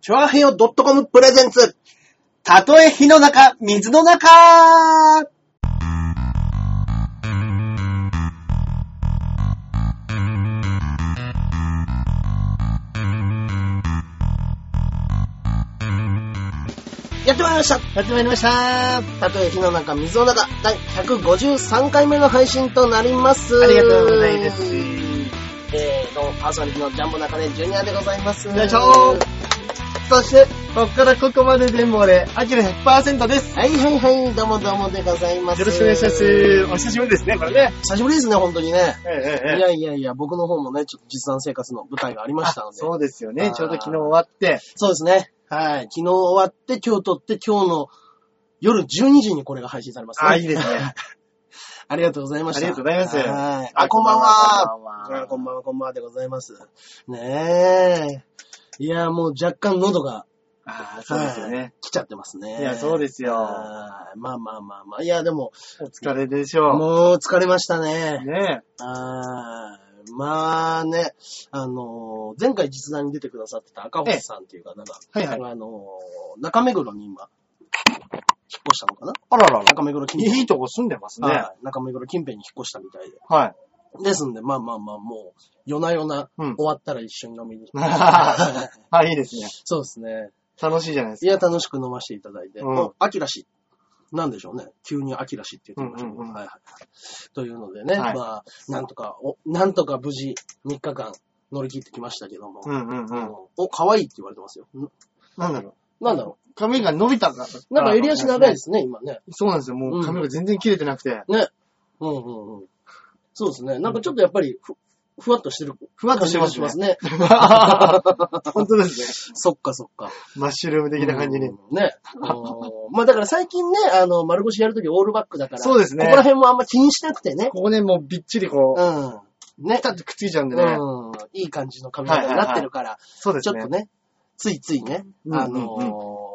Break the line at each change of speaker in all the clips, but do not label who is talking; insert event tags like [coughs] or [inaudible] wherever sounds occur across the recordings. チョアヘヨ .com プレゼンツ。たとえ火の中、水の中やってまいりました
やってまいりました。あ
たとえ火の中、水の中、第153回目の配信となります。
りがとうございます。
えー、どうも、パーソナリティのジャンボ中根ジュニアでございます。
よいしょそして、こっからここまで全部俺、アキラ100%です。
はいはいはい、どうもどうもでございます。
よろしくお願いします。お久しぶりですね、これね。
久しぶりですね、本当にね。
ええ
い
ええ。
やいやいや、僕の方もね、ちょっと実弾生活の舞台がありましたので。そう
そうですよ
あ
ね
ー。
ちょうど昨日終わって。
ですね。はい。昨日終わって、今日撮って、今日の夜12時にこれが配信されますね。
あーいいですね。
[laughs] ありがとうございました。
ありがとうございます
はい。あ、こんばんは。あこ
こん
ん
ば
ば
んは。
んは、こんばんはでございます。ねえ。いや、もう若干喉が
ああ、そうですよね。
来ちゃってますね。
いや、そうですすよ。
はいまあまあまあまあ。いや、でも、
お疲れでしょ
もう疲れました
う。
ね。
ね
あーまあね、あのー前回実談に出てくださってた赤星さんっていう方が、
ええはい
あのー中目黒に今、引っ越したのかな
あららら。
中目黒近辺。
いいとこ住んでますね。
はい中目黒近辺に引っ越したみたいで。
はい。
ですんで、まあまあまあ、もう、夜な夜な、
うん
終わったら一緒に飲みに
[laughs] はい、いいですね。
そうですね。
楽しいじゃないです
いや、楽しく飲ませていただいて、
うん
もう秋らしい。なんでしょうね。急に秋らしいって言ってましたけど、
うんうんうん
はいはい。というのでね、
はい
まあ、なんとか、お、なんとか無事3日間乗り切ってきましたけども、
か。うんうんうん。
お、可愛いって言われてますよ。ん
なんだろ
なんだろ
う。髪が伸びたか
う。なんか襟足長いですね、今ね。
そうなんですよ。もう髪が全然切れてなく [laughs] て。
ね。うんうんうん。そうですね。なんかちょっとやっぱりふ、ふわっとしてる。ふわ
っとしてますね
ね。
本当です
[laughs] そっかそっか。
ね。マッシュルーム的な感じに。
うん
[laughs]
ね。うんまあだから最近ね、あの、丸腰やるときオールバックだから。
そうですね
ここら辺もあんま気にしなくてね。
ここね、もうびっちりこ
うん。ね
う、。たってくっついちゃうんでね。
うん。いい感じの髪型になってるから、
そうです
ちょっ
ね
と。ね、ついついね、
うん
あの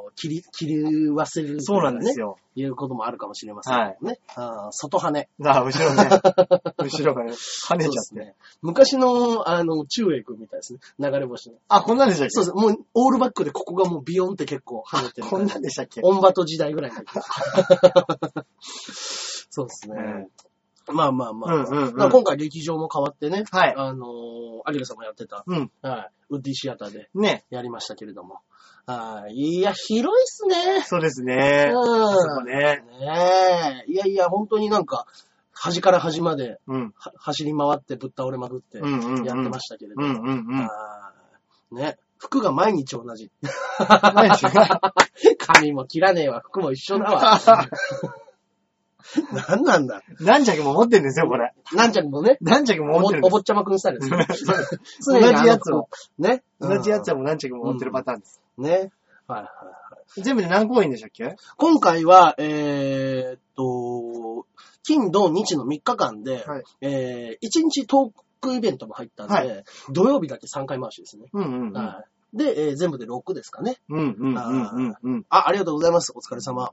ー、切り、切り忘れる、
そうなんです。よ。
いうこともあるかもしれませんけどね。あー外跳ね。
あ、後ろね。後ろがね、跳ねちゃっ
そうです
て。
ね。昔の、あの、中英君みたいですね。流れ星の。
あ、こんなんでしたっ
そう
け
そう。もう、オールバックでここがもうビヨンって結構跳ねてる。
こんなんでしたっけ
[laughs] オンバト時代ぐらいの時 [laughs] そうですね。まあまあまあ。
うんうんうん
だから今回劇場も変わってね。
はい
あのー、アギラさんもやってた、
うん。
はい、ウッディシアターで
ね。
やりましたけれども。はい。いや、広いっすね。
そうですね。
うん
あそこね。
ねえ。いやいや、本当になんか、端から端まで
うん。
は走り回ってぶっ倒れまくってやっ
うんうんうん
てましたけれど
う
も。
んうんうん。
はいね。服が毎日同
[laughs]
じ。
ないですよ
髪も切らねえわ、服も一緒だ
[laughs]
わ。なんなんだ。
何着も持ってんですよ、これ。
なんちゃんもね、
何着
お
も持
ぼ
ってるん
お
で
ぼっちゃまくんスタイルですよ。
す。そうで
常
す
にあの
[laughs] 同じやつ
[laughs]
を。
ね。
同じやつ
を。
はもう何着も持ってるパターンです。
ね。はいはい。
全部で何公演でしたっけ
今回は、えーっと、金、土、日の3日間で、
はい
えー、1日トークイベントも入ったんで、
は
土曜日だけ3回回しですね。
うんうんうん。
はいで、えー全部で6ですかね。
うんうんうんうん
あ、ありがとうございます。お疲れ様。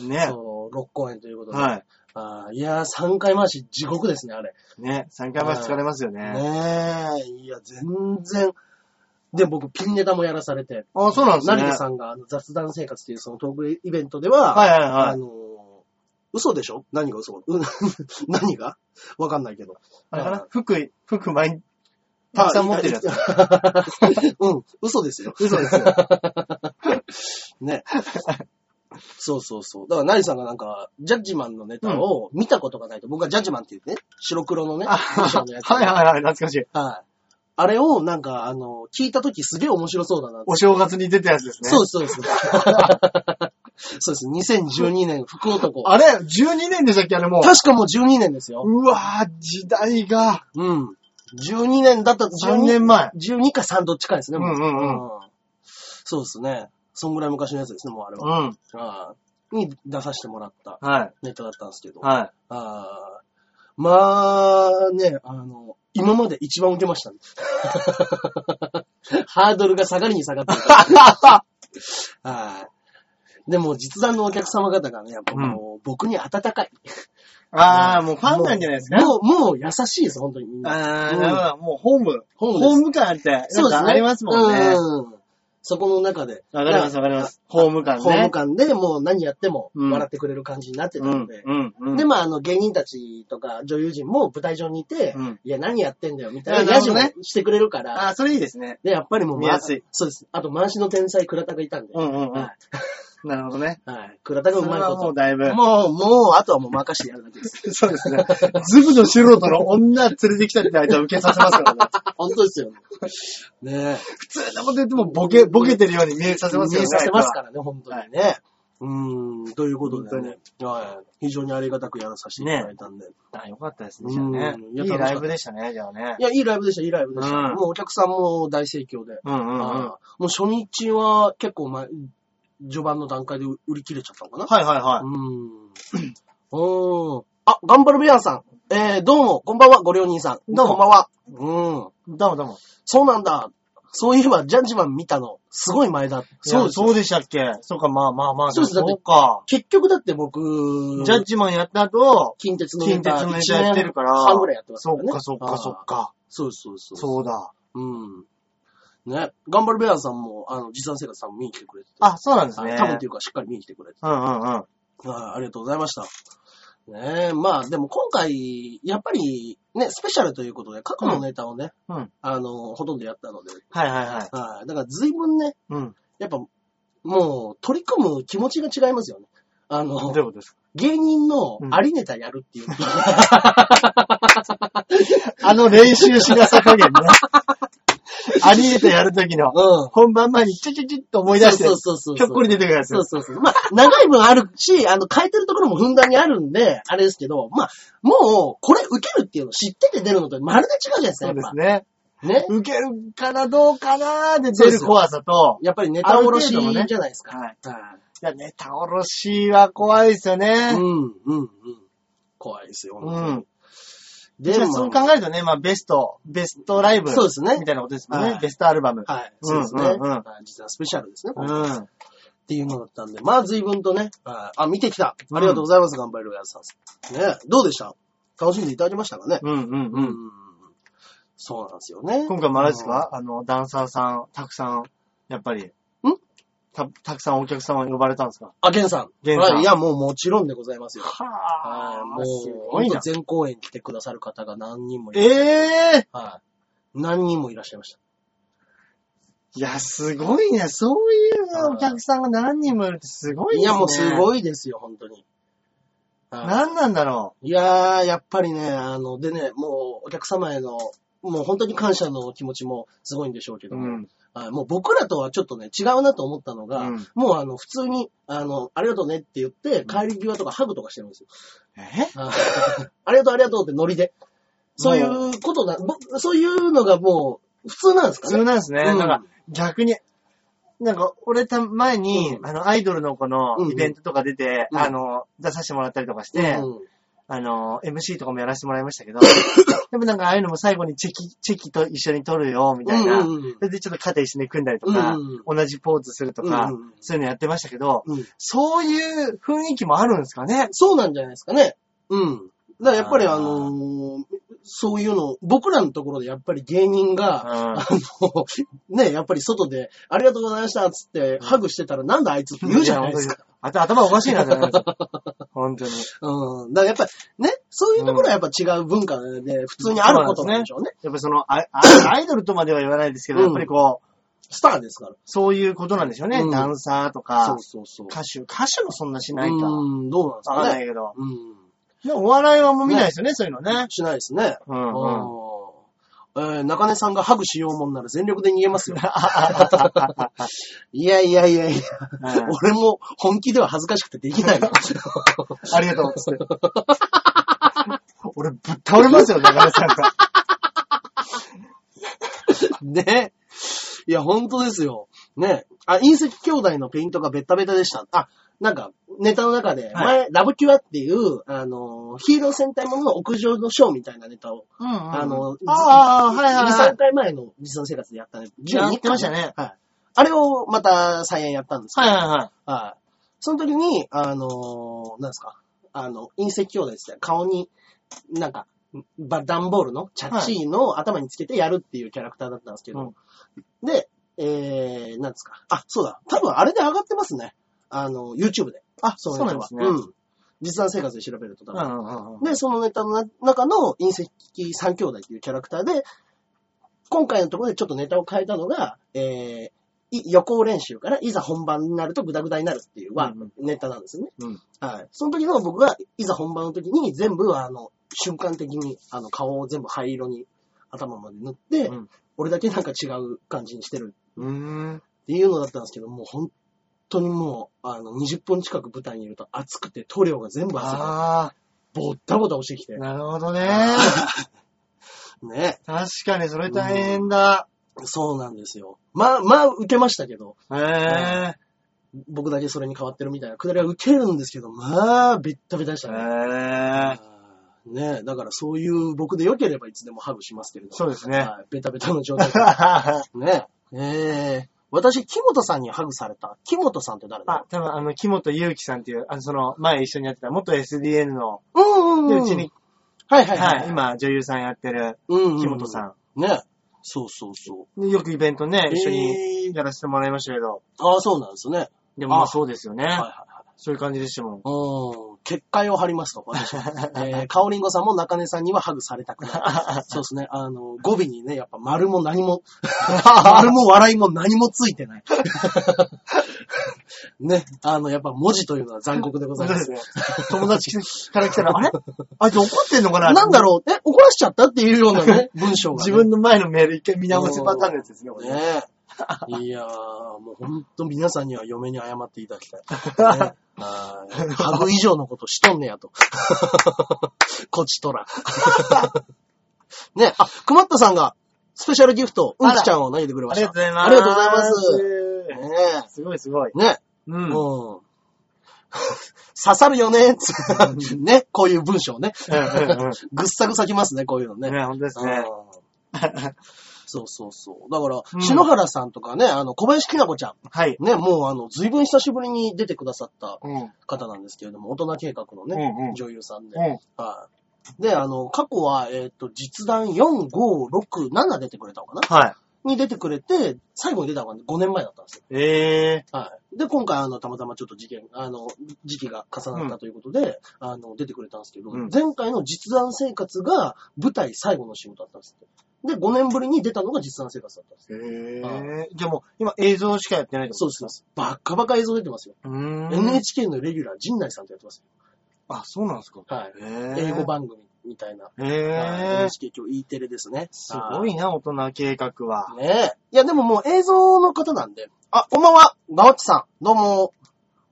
うん。ね。
そう、6公演ということで。
は
あーいやー、3回回し地獄ですね、あれ。
い。ね。3回前疲れますよね。
ねえ、いや、全然。で、僕、ピンネタもやらされて、
あ、そうなんですね。
成田さんがあの雑談生活というそのトークイベントでは、
はいはい
あ
はい。
のー、嘘でしょ何が嘘うん [laughs] 何がわかんないけど。
あれかな服、服前に、たくさん持ってるやつ。
つ。 [laughs] うん、嘘ですよ。
嘘ですよ。
ね。そうそうそう。だから、ナリさんがなんか、ジャッジマンのネタを見たことがないと、僕はジャッジマンっていうね、白黒のね、
あ
衣装
[laughs] は
の
い
やつ。
はいはい、懐かしい。
はい。あれを、なんか、あの、聞いたときすげえ面白そうだなって。
お正月に出たやつですね。
そう
う。
です、そうです。 [laughs] そうです。2012年、福男。
あれ、12年でしたっけあれもう。
確かもう12年ですよ。
うわぁ、時代が、
うん。12年だった、
3
12
年前。
12か3どっちかですね、も
うんうん
うんそうですね。そんぐらい昔のやつですね、もうあれ
う
は。
ん。
ああに出させてもらった
はい。
ネタだったんですけど。
はい。
ああまあね、あの、今まで一番受けましたね。 [laughs] ハードルが下がりに下
[laughs]
がってるからはい。でも、実弾のお客様方がね、やっぱもう、僕に温かい。
あー、もうファンなんじゃないですか
もう、もう優しいです、本当にみんな。
あ
う
ー、
ん
なるほど。もうホーム。
ホームです
ホーム感って、なんかありますもんね。
うん。そこの中で。
わかりますわかります。ホーム感ね。
ホーム感でもう何やっても
うん
笑ってくれる感じになってたので。
うん。うん。うん。
で、まあ、あの、芸人たちとか女優陣も舞台上にいて、
うん
いや、何やってんだよ、みたいな。
あな
や
るほ
じ
ど
も
ね
してくれるから。
あ、それいいですね。
で、やっぱりもう、
見やすい
そうです。あと、満身の天才、倉田がいたんで。
うんうんうん
は。
なるほどね。
い。はい。倉田がう
そ
ま
れ
いこ
はもう
と。
だいぶ。
もう、もう、あとはもう任してやるだけ
[laughs]
です。
[laughs] そうですね。ズブの素人の女連れてきたって相手は受けさせます [laughs] からね。
本当ですよ。ねえ。
普通のこと言ってもボケ、ボケてるように見えさせますよね。。
見えさせますかららね、本当にね。うーん、ということでね
本、
はい。非常にありがたくやらさせていただいたんで。
あ、よかったです
ね
ね。
じゃあね
いいライブでしたね、じゃあね
い。や、いいライブでした、いいライブでした。
うん
もうお客さんも大盛況で。
うんうんうん。
あー
は
もう初日は結構前、序盤の段階で売り切れちゃったのかな。
いはいは
うーん。うーん。あ、頑張るベアさん。えー、どうも、こんばんは、ご両人さん。
どう
こ
も
んばんは。うん。
い。どうもどうも。
そうなんだ。そういえば、ジャッジマン見たの、すごい前だ。
そう、
よ
そうでしたっけそうか、まあまあまあ。
そうです
もそうか。
結局だって僕、
ジャッジマンやった後、
近鉄のネ
近
タ。
鉄のネタやってるから。
半ぐらいやってますか
そ
ら
っ
ね。
かそっかそっ
か。
か。
そうそうそう。
そうだ。
う。ん。ね。頑張るベアーズさんも、あの、持参生活さんも見に来てくれてて。
あ、そうなんですね。
あ多分というか、しっかり見に来てくれてて。
うんうんうん。
はいありがとうございました。ねえ、まあ、でも今回、やっぱり、ね、スペシャルということで、過去のネタをね、
うんうん
あの、ほとんどやったので、
はいはいはい。
はい。だから随分ね、
うん。
やっぱ、もう、取り組む気持ちが違いますよね。あ
ど
の
うい、うことですか
芸人の
うん
ありネタやるっていうの
[laughs]
が、
あの練習しなさ加減ね。アニメとやるときの、
うん。
本番前にチュチュチュッと思い出して
そう、そうそうそう。
ひょっこり出てくるやつ。
そうそうそう。まあ、長い分あるし、あの、変えてるところもふんだんにあるんで、あれですけど、まあ、もう、これ受けるっていうの知ってて出るのとまるで違うじゃないですか、
そ
や
う
っ
で
ぱ
す。ね。
ね。
受けるかな、どうかなーで出る怖さと、
やっぱりネタおろしじゃないですか。
はい。
はい
や、ネタおろしは怖いですよ
い。う
ね。
ん、うん、うん。怖いですよ。
うん。
で
じゃあ
も
そう考えるとね、まあベスト、ベストライブ。
そうですね
みたいなことですもん
は
ね
い。
ベストアルバム。
はい。そうですね。
うんうんうん
はい実はスペシャルですね。
う
今回
ん。
っていうのだったんで。まあ、随分とね。はいあ、見てきた。ありがとうございます、頑張れるやつさん。ねどうでした楽しんでいただけましたかね
うんうんうん。
ん。そうなんですよね。
今回もあれですかあの、ダンサーさん、たくさん、やっぱり。んた、たくさんお客様に呼ばれたんですか
あ、ゲンさん。
ゲンさん
はいいや、もうもちろんでございますよ。
は
はい。も
も
う、
う、すごい
ほんと
な。
全公演来てくださる方が何人もいらっし
ええ
ゃはい。何人もいらっしゃいました。
いや、すごいね。そういうお客さんが何人もいるってすごい
い
ですね。
や、もうす
い。
ごいですよ、本当に。はい
何なんだろ
いやー、やっぱりね、あの、でね、もうお客様への、もう本当に感謝の気持ちもすごいんでしょうけ
う。
ども、。はいもう僕らとはちょっとね、違うなと思ったのが、
うん
もうあの、普通に、あの、ありがとうねって言って、帰り際とかハグとかしてるんですよ
え
あ [laughs] ありがとう、ありがとうってノリで。そういうことな、ぼそういうのがもう、普通なんです
普
か
通
ね。
なんですね。
うん
なんか、逆に、なんか、俺た、前に、
うん
あの、アイドルの子
うんう
の
ん
イベントとか出て、
うん
あの、出させてもらったりとかして、
うん
あの、MC とかもやらせてもらいましたけど、でもなんか、ああいうのも最後にチェキ、チェキと一緒に撮るよ、みたいな。
うんうんうん
それでちょっと肩一緒に組んだりとか、
うんうん
同じポーズするとか、
うんうん
そういうのやってましたけど、
うん
そういう雰囲気もあるんですかね。
そうなんじゃないですかね。うん。だからやっぱり
あー
あのーそういうの、僕らのところでやっぱり芸人
う
が、
ん
あの、ね、やっぱり外で、ありがとうございましたっつって、ハグしてたら、なんだあいつって言うじゃないですか。
や。本当にあと頭おかしいな、じゃない [laughs] ですか。本当に。
うん。だからやっぱり、ね、そういうところはやっぱ違う文化で、普通にあることなんでしょうね。
やっぱその、ああアイドルとまでは言わないですけど、
うん
やっぱりこう、
スターですから。
そういうことなんでしょうね。
うん
ダンサーと
そ
か
う、そうそう。
歌手。歌手もそんなしないか。わ
うん、どうなんです
かん
か
な
ね。
いけど。
うん。
でもお笑いはもう見ないですよね、そういうのね。 [laughs]
しないですね。
うんうん
うんえー中根さんがハグしようもんなら全力で逃げますよ。 [laughs] いやいやいやいや、
はい
俺も本気では恥ずかしくてできないよ。
ありがとう。つって俺、ぶっ倒れますよ、中根さんが。
[laughs] ね。いや、本当ですよ。ね。あ、隕石兄弟のペイントがベッタベタでした。あ、なんか、ネタの中で、前、ラブキュアっていう、あの、ヒーロー戦隊ものの屋上のショーみたいなネタを、
[laughs] うんうん
あの、
ああ、はいはいは
2、3
い。
回前の実の生活でやったね。
やってました
ね。
ね。
はい。あれをまた再演やったんですけど
はいはいはい。
はい。その時に、あのーなんですか、あの、隕石兄弟って言ったら顔に、なんか、ば段ボールのチャッチーの頭につけてやるっていうキャラクターだったんですけど、
うん
で、えー、なんですか。あ、そうだ。多分あれで上がってますね。あの、YouTube で。あ、そのネタは
そうなんです
うん。実弾生活で調べると多
うんう
分。
んうん。
で、そのネタのな中の隕石三兄弟というキャラクターで、今回のところでちょっとネタを変えたのが、えー、い予行練習からいざ本番になるとグダグダになるっていうは
うんうん
ネタなんですよね。
うん
はい。その時の僕がいざ本番の時に全部あの、瞬間的にあの顔を全部灰色に頭まで塗って、
うん
俺だけなんか違う感じにしてる
うーん。
っていうのだったんですけど、もう本当にもう、あの、20分近く舞台にいると暑くて塗料が全部汗が、
あ
ぼったぼた落ちてきて
あ、。なるほどね。
[laughs] ね。
確かにそれ大変だ。
そうなんですよ。まあ、まあ、受けましたけど、
へえ。
僕だけそれに変わってるみたいなくだりは受けるんですけど、まあ、べったべたでしたね。
へえ。
ねえ、だからそういう僕で良ければいつでもハグしますけれども。
そうですね
はいベタベタの状態で
[laughs]
ねえ。ええ私、木本さんにハグされた。木本さんって誰だ
[laughs] あ、多分あの、木本祐樹さんっていう、あの、その、前一緒にやってた、元 SDN の、
うん
で、うちに、
はいはい
はい、、今、女優さんやってる、
うんうん
木本さ
ん。ねえ。そうそうそう。
ん。よくイベントね、一緒に
ええ
やらせてもらいましたけど、
ああ、そうなんですね。はい
でもま
あ
あそうですよね。
はいはい。
そういう感じでしたも
う
ん。
ん。結界を張りますと、私は。えー、かおりんごさんも中根さんにはハグされたく
[laughs]
ない。そうですね。あの、語尾にね、やっぱ丸も何も、 [laughs] 丸も笑いも何もついてない。 [laughs] ね。あの、やっぱ文字というのは残酷でございます。
ね。友達から来た
[laughs]
ら、あれあいつ怒ってんのか [laughs] な
なんだろうえ、怒らしちゃったっていうようなね、文章が、ね。
自分の前のメール一回見直すパターンのやつですね、これね [laughs]
ねえ。いやー、もうほんと皆さんには嫁に謝っていただきたい。
[laughs]
ねあーハグ以上のことしとんねやと。 [laughs] こちとら。 [laughs] ねあ、くまったさんがスペシャルギフト、う
あ
ん
ら
きちゃんを投げてくれま
あ
し
りが
た。
とうございます。
ありがとうございます
ざいす。すごいすごい。
ねえ。ね
う
え。
ん。うん
もうん。 [laughs] 刺さるよね。 [laughs] つね。こういう文章ね。
うんうん
ぐっさぐさきますね、こういうのね。
ね、本当ですね。
うんそうそうそう。だから、
うん
篠原さんとかね、あの、小林きなこちゃん。
はい。
ね、もうあの、随分久しぶりに出てくださった
うん。うん
方なんですけれども、大人計画の
う
ね、
ん。
女優さんで。
うん。
はい。で、あの、過去は、えっ、と、実弾4、5、6、7出てくれたのかな
はい。
に出てくれて、最後に出たのが5年前だったんですよ。
ええ
はい。で、今回、あの、たまたまちょっと事件、あの、時期が重なったということで、あの、出てくれたんですけど、
うん
前回の実弾生活が舞台最後の仕事だったんですって。で、5年ぶりに出たのが実弾生活だったんです。
ー。ええ。でも、今映像しかやってないって
そ
こ
う
と
ですそうです。バッカバカ映像出てますよ。
うーん。
NHK のレギュラー、陣内さんとやってます
あ、そうなんですか。
よ。はい。
ええ。
英語。番組みたいな。
え
はい
え。
NHK 今日 E テレですね。
すごいな、大人計画は。
ねえ。いや、でももう映像の方なんで。あ、こんばんは。ガワッチさん。どうも。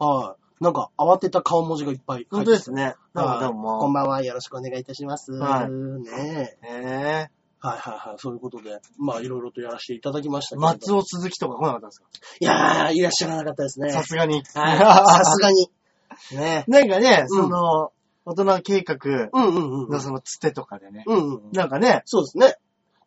はい。なんか、慌てた顔文字がいっぱい入
本
っ
当
て。
ですね。どう
は
も
い
どうも。
こんばんは。よろしくお願いいたします。
はい
ねえ。
ええ
はいはいはい。そういうことで、まあ、いろいろとやらせていただきましたけど。
松尾鈴木とか来なかったんですか
いやー、いらっしゃらなかったですね。
さすがに。
はいさすがに。ねえ。
[laughs] なんかね、
うん
その、大人計画
うんうんうん。
のそのつてとかでね。
うんうんうん。
なんかね、
そうですね。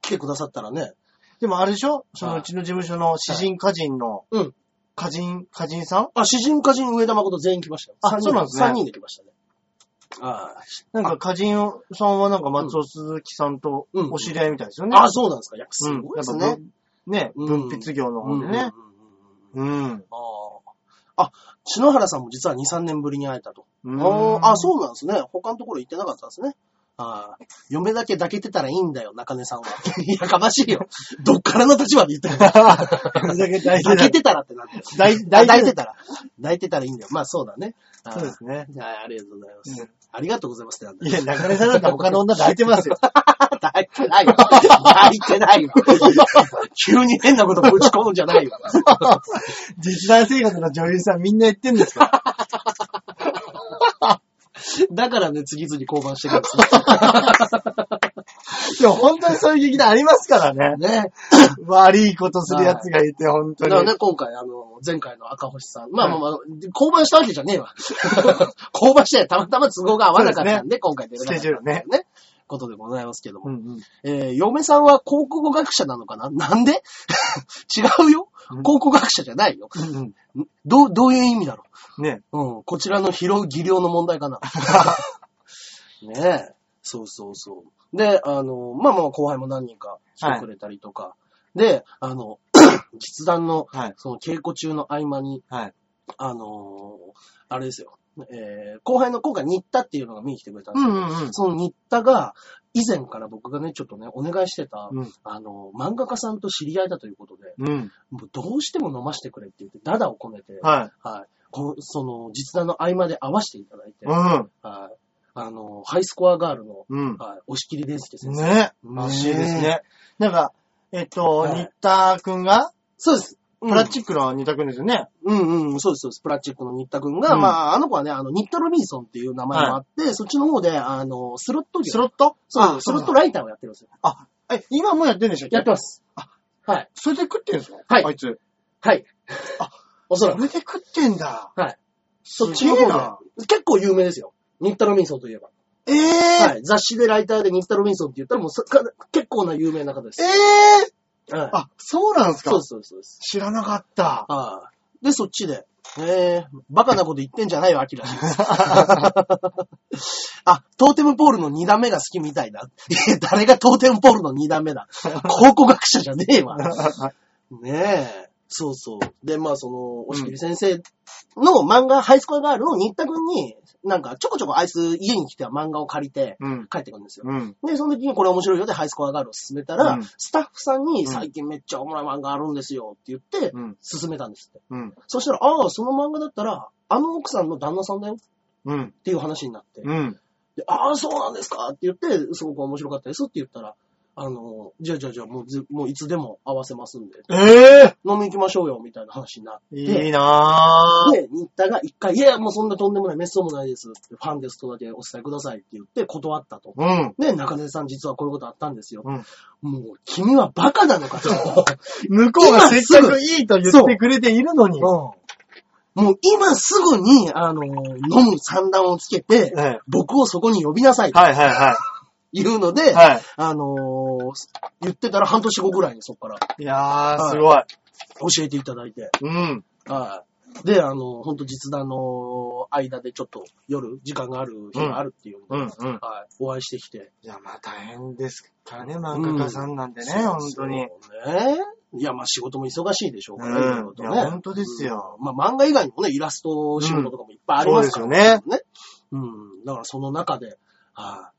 来てくださったらね。
でもあれでしょそ
は
の
いう
ちの事務所の詩人歌人の、
うん
歌人、歌人さん
あ、詩人、歌人、上田誠全員来ましたよ。
あ
三人
そうなんですね
三人で来ましたね。あ
なんか歌人さんはなんか松尾鈴木さんと
うん
お知り合いみたいですよね。
あ、あ、そうなんですか。いや、す
うん
ごいですね。。
やっ
う
ぱぶ
ん
ね、文筆業の
うん
方
うんうんうん
でね。うん。
あーあ、篠原さんも実は2、3年ぶりに会えたと。
うん
あーあ、そうなんですね。他のところ行ってなかったんですね。あー嫁だけ抱けてたらいいんだよ、中根さんは。
[laughs]
いやかましいよ。 [laughs] どっからの立場で言ってるの
それだけ [laughs] 大事
抱
だ
け。てたらってなってる。
大
あ
大
抱い
事
て
だ。
た
[laughs]
ら。抱いてたらいいんだよ。まあそうだね。あー
そうですね。
はい、ありがとうございます。
うん
ありがとうございますってなんだよ
いや、中根さんだったら他の女抱いてま
[laughs]
すよ。
抱いてないわ。抱いてないわ。急に変なことぶち込むんじゃないわ。
実弾生活の女優さんみんな言ってんですから。
だからね、次々降板してくるんです
でも本当にそういう劇団ありますからね。
ね。ね。
悪いことする奴がいて、本当
だから
に。
ね、今回、あの、前回の赤星さん。まあまあまあ、降板したわけじゃねえわ。 [laughs] 降板して、たまたま都合が合わなかったんで、今回出れなかった
スケジュールね。
ね。ことでございますけども。
うんうん
えー嫁さんは考古学者なのかななんで [laughs] 違うよ
うん
考古学者じゃないよ。
うん
どう、どういう意味だろう
うん。ね。
うん、こちらの拾う技量の問題か
[laughs]
な。ねえ。そうそうそう。で、あの、まあまあ後輩も何人か来てくれたりとか。で、あの、 [coughs] 実弾の、
はい。
その稽古中の合間に、
はい。
あのーあれですよ。えー後輩の今回、新田っていうのが見に来てくれたんで
う
す
ん
け
う
ど、
んうん。
その新田が、以前から僕がね、ちょっとね、お願いしてた、
うん
あのー漫画家さんと知り合いだということで、
うん。
もうどうしても飲ましてくれって言って、ダダを込めて、
はい。
はい。このその、実弾の合間で合わせていただいて、
うん。
はい。あの、ハイスコアガールの、
うん。
はい、押し切り伝説先生。
ね。
ね
らしいですね。なんか、えっと、
はい
新田くんが、
そうです。
プ
プ
ラ
ラ
チックの新田くんですよね。
うんうん、そうです、そうです。プラチックの新田くんが、
うん
まあ、あの子はね、あの、ニッタ・ロビンソンっていう名前もあって、そっちの方で、あの、スロット業
スロット
そう、スロットライターをやってるんですよ。
え、今もうやってんでしょ
やって
ま
ます。はい。
それで食ってんすか
はい
あいつ。
はい。
あ、
[laughs] おそ
そ
ら
れ
く。
で食ってんだ。
はい。
そ
そ
っ
っ
ち
ち
の
の
方
方
だ。
で。結構有名ですよ。ニッタ・ロビンソンといえば。
えぇ
は
ー
い。雑誌でライターでニッタ・ロビンソンって言ったら、もうそか結構な有名な方です。
えぇ
はい。
あ、そうなんすか
そうです、そうです、そうです。
知らなかった。
はい。で、そっちで。えー、バカなこと言ってんじゃないよ、アキラ。 [laughs] あ、トーテムポールの2段目が好きみたいだ。いや誰がトーテムポールの2段目だ。考古学者じゃねえ
[laughs]
わ。ねえ。そうそう。で、まあ、その、押切先生の漫画、ハイスコアガールを新田くんに、なんか、ちょこちょこあいつ家に来ては漫画を借りて
うん。
帰ってくるんですよ。
うん。
で、その時にこれ面白いよでハイスコアガールを進めたら、
うん
スタッフさん
う
に
ん
最近めっちゃおもろい漫画あるんですよって言って、
うん。
進めたんですって。
うん。
そしたら、ああ、その漫画だったら、あの奥さんの旦那さんだよっ
うん。
ていう話になって、
うん。
でああ、そうなんですかって言って、すごく面白かったですって言ったら、あの、じゃあじゃあじゃあもうず、もういつでも合わせますんで、
えぇ
飲み行きましょうよみたいな話になって、
いいなぁ。
で、新田が一回、いや、もうそんなとんでもない、メッそうもないですって、ファンですとだけお伝えくださいって言って断ったと。
うん。
ね、中根さん実はこういうことあったんですよ。
うん
もう、君はバカなのかと。
向こうがせっか
今
くいいと言ってくれているのに。
もう今すぐに、あの、飲む三段をつけて、
はい
僕をそこに呼びなさいと
はいは
いうの
い。
で、
は
あのー言ってたら半年後ぐらいにそこから
い。いやー、すごい。
教えていただいて、
うん。
はい。で、あの、ほんと実弾の間でちょっと夜、時間がある日があるっていうので、
うん。うん。
はい、お会いしてきて。
いや、まあ大変ですからね、漫画家さんなんでね、本当に。。
ね。いや、まあ仕事も忙しいでしょうからね、
う
いろ
ん
いろとね
いや本当ですよ
うんまあ漫画以外にもね、イラスト仕事とかもいっぱいあり
そう
ま
ですす
か
よ
ら
ね。
ね。うん。だからその中で、はい。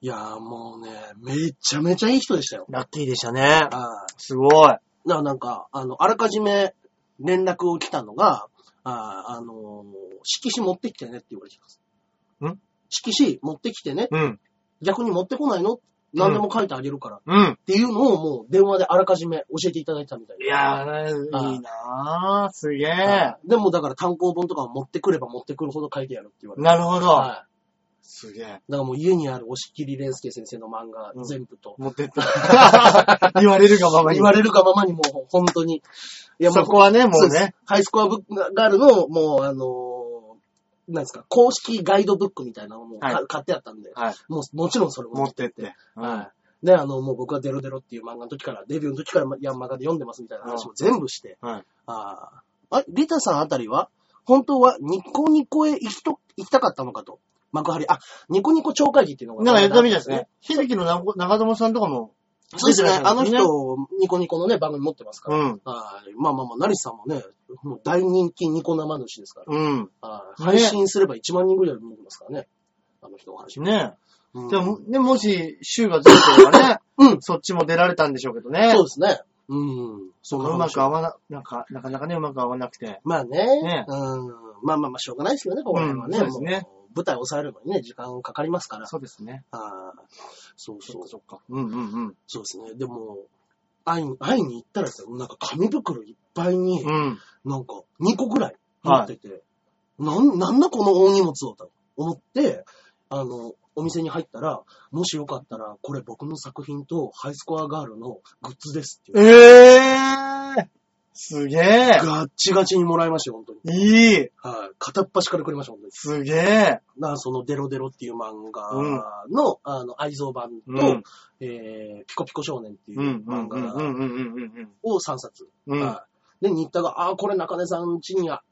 いやー、もうね、めちゃめちゃいい人でしたよ。
ラッキーでしたね。
はい。
すごい。
だからなんか、あの、あらかじめ連絡を来たのが、あー、あのー色紙持ってきてねって言われてます。
ん
色紙持ってきてね。
うん。
逆に持ってこないの何でも書いてあげるから、っ
うん。
ていうのをもう電話であらかじめ教えていただいたみたい
い
で。
やー、いいなー。すげえ。
でもだから単行本とかを持ってくれば持ってくるほど書いてやるって言われて。
なるほど。
はい。
すげえ。
だからもう家にある押切蓮介先生の漫画
うん
全部と。
持ってった。 [laughs] 言われるがままに
言。われるがままにもう本当に。いや
そこはね、もう
そです
ね。。
ハイスコアブックガールの、もう、あのーなんですか、公式ガイドブックみたいなのもか、
はい
買ってあったんで、
はい。
もう、もちろんそれも
持ってって。は
はい。で、あの、もう僕はデロデロっていう漫画の時から、デビューの時からヤンマガで読んでますみたいな話も全部して、
い。はい。
あーあ、リタさんあたりは、本当はニコニコへ行きと、行きたかったのかと。幕張、あ、ニコニコ超会議っていうのが。
なんかやったみたいですね。。響きの長友さんとかも。
そうですね。あの
出てらっしゃいますね
人、ニコニコのね、番組持ってますから。
うん。
はい。まあまあまあ、成瀬さんもね、もう大人気ニコ生主ですから。
うん。
はい
ね
配信すれば1万人ぐらい見てますからね。あの人の話。
ね
うん
でも、ね、もし、週がずれてればね、
うん
そっちも出られたんでしょうけどね。
そうですね。うん。そんな
うま
話
く合わな、なんか、なかなかね、うまく合わなくて。
まあね。
ね
うん。まあまあまあ、しょうがないですよね、ここら辺はね。
うんそうですね
もう舞台を抑えるのにね、時間かかりますから。
そうですね。
あーそうそう。
っか。うんうん
そうですね。でも、会いに、会いに行ったらですよ、なんか紙袋いっぱいに、
うん。うん。
なんか2個ぐらい持ってて、なん、なんだこの大荷物をと思って、あの、お店に入ったら、もしよかったら、これ僕の作品とハイスコアガールのグッズですっていう。
ええー、すげえ
ガッチガチにもらいましたよ、本当に。
いい
はい。片っ端からくれました、本当に。
すげえ
な、そのデロデロっていう漫画の、あの、愛蔵版と、
うん
えー、ピコピコ少年っていううん
う
漫
んうんうん
画
うんうん
を3冊。
うんうん。
はいで、新田が、ああ、これ中根さん家にあ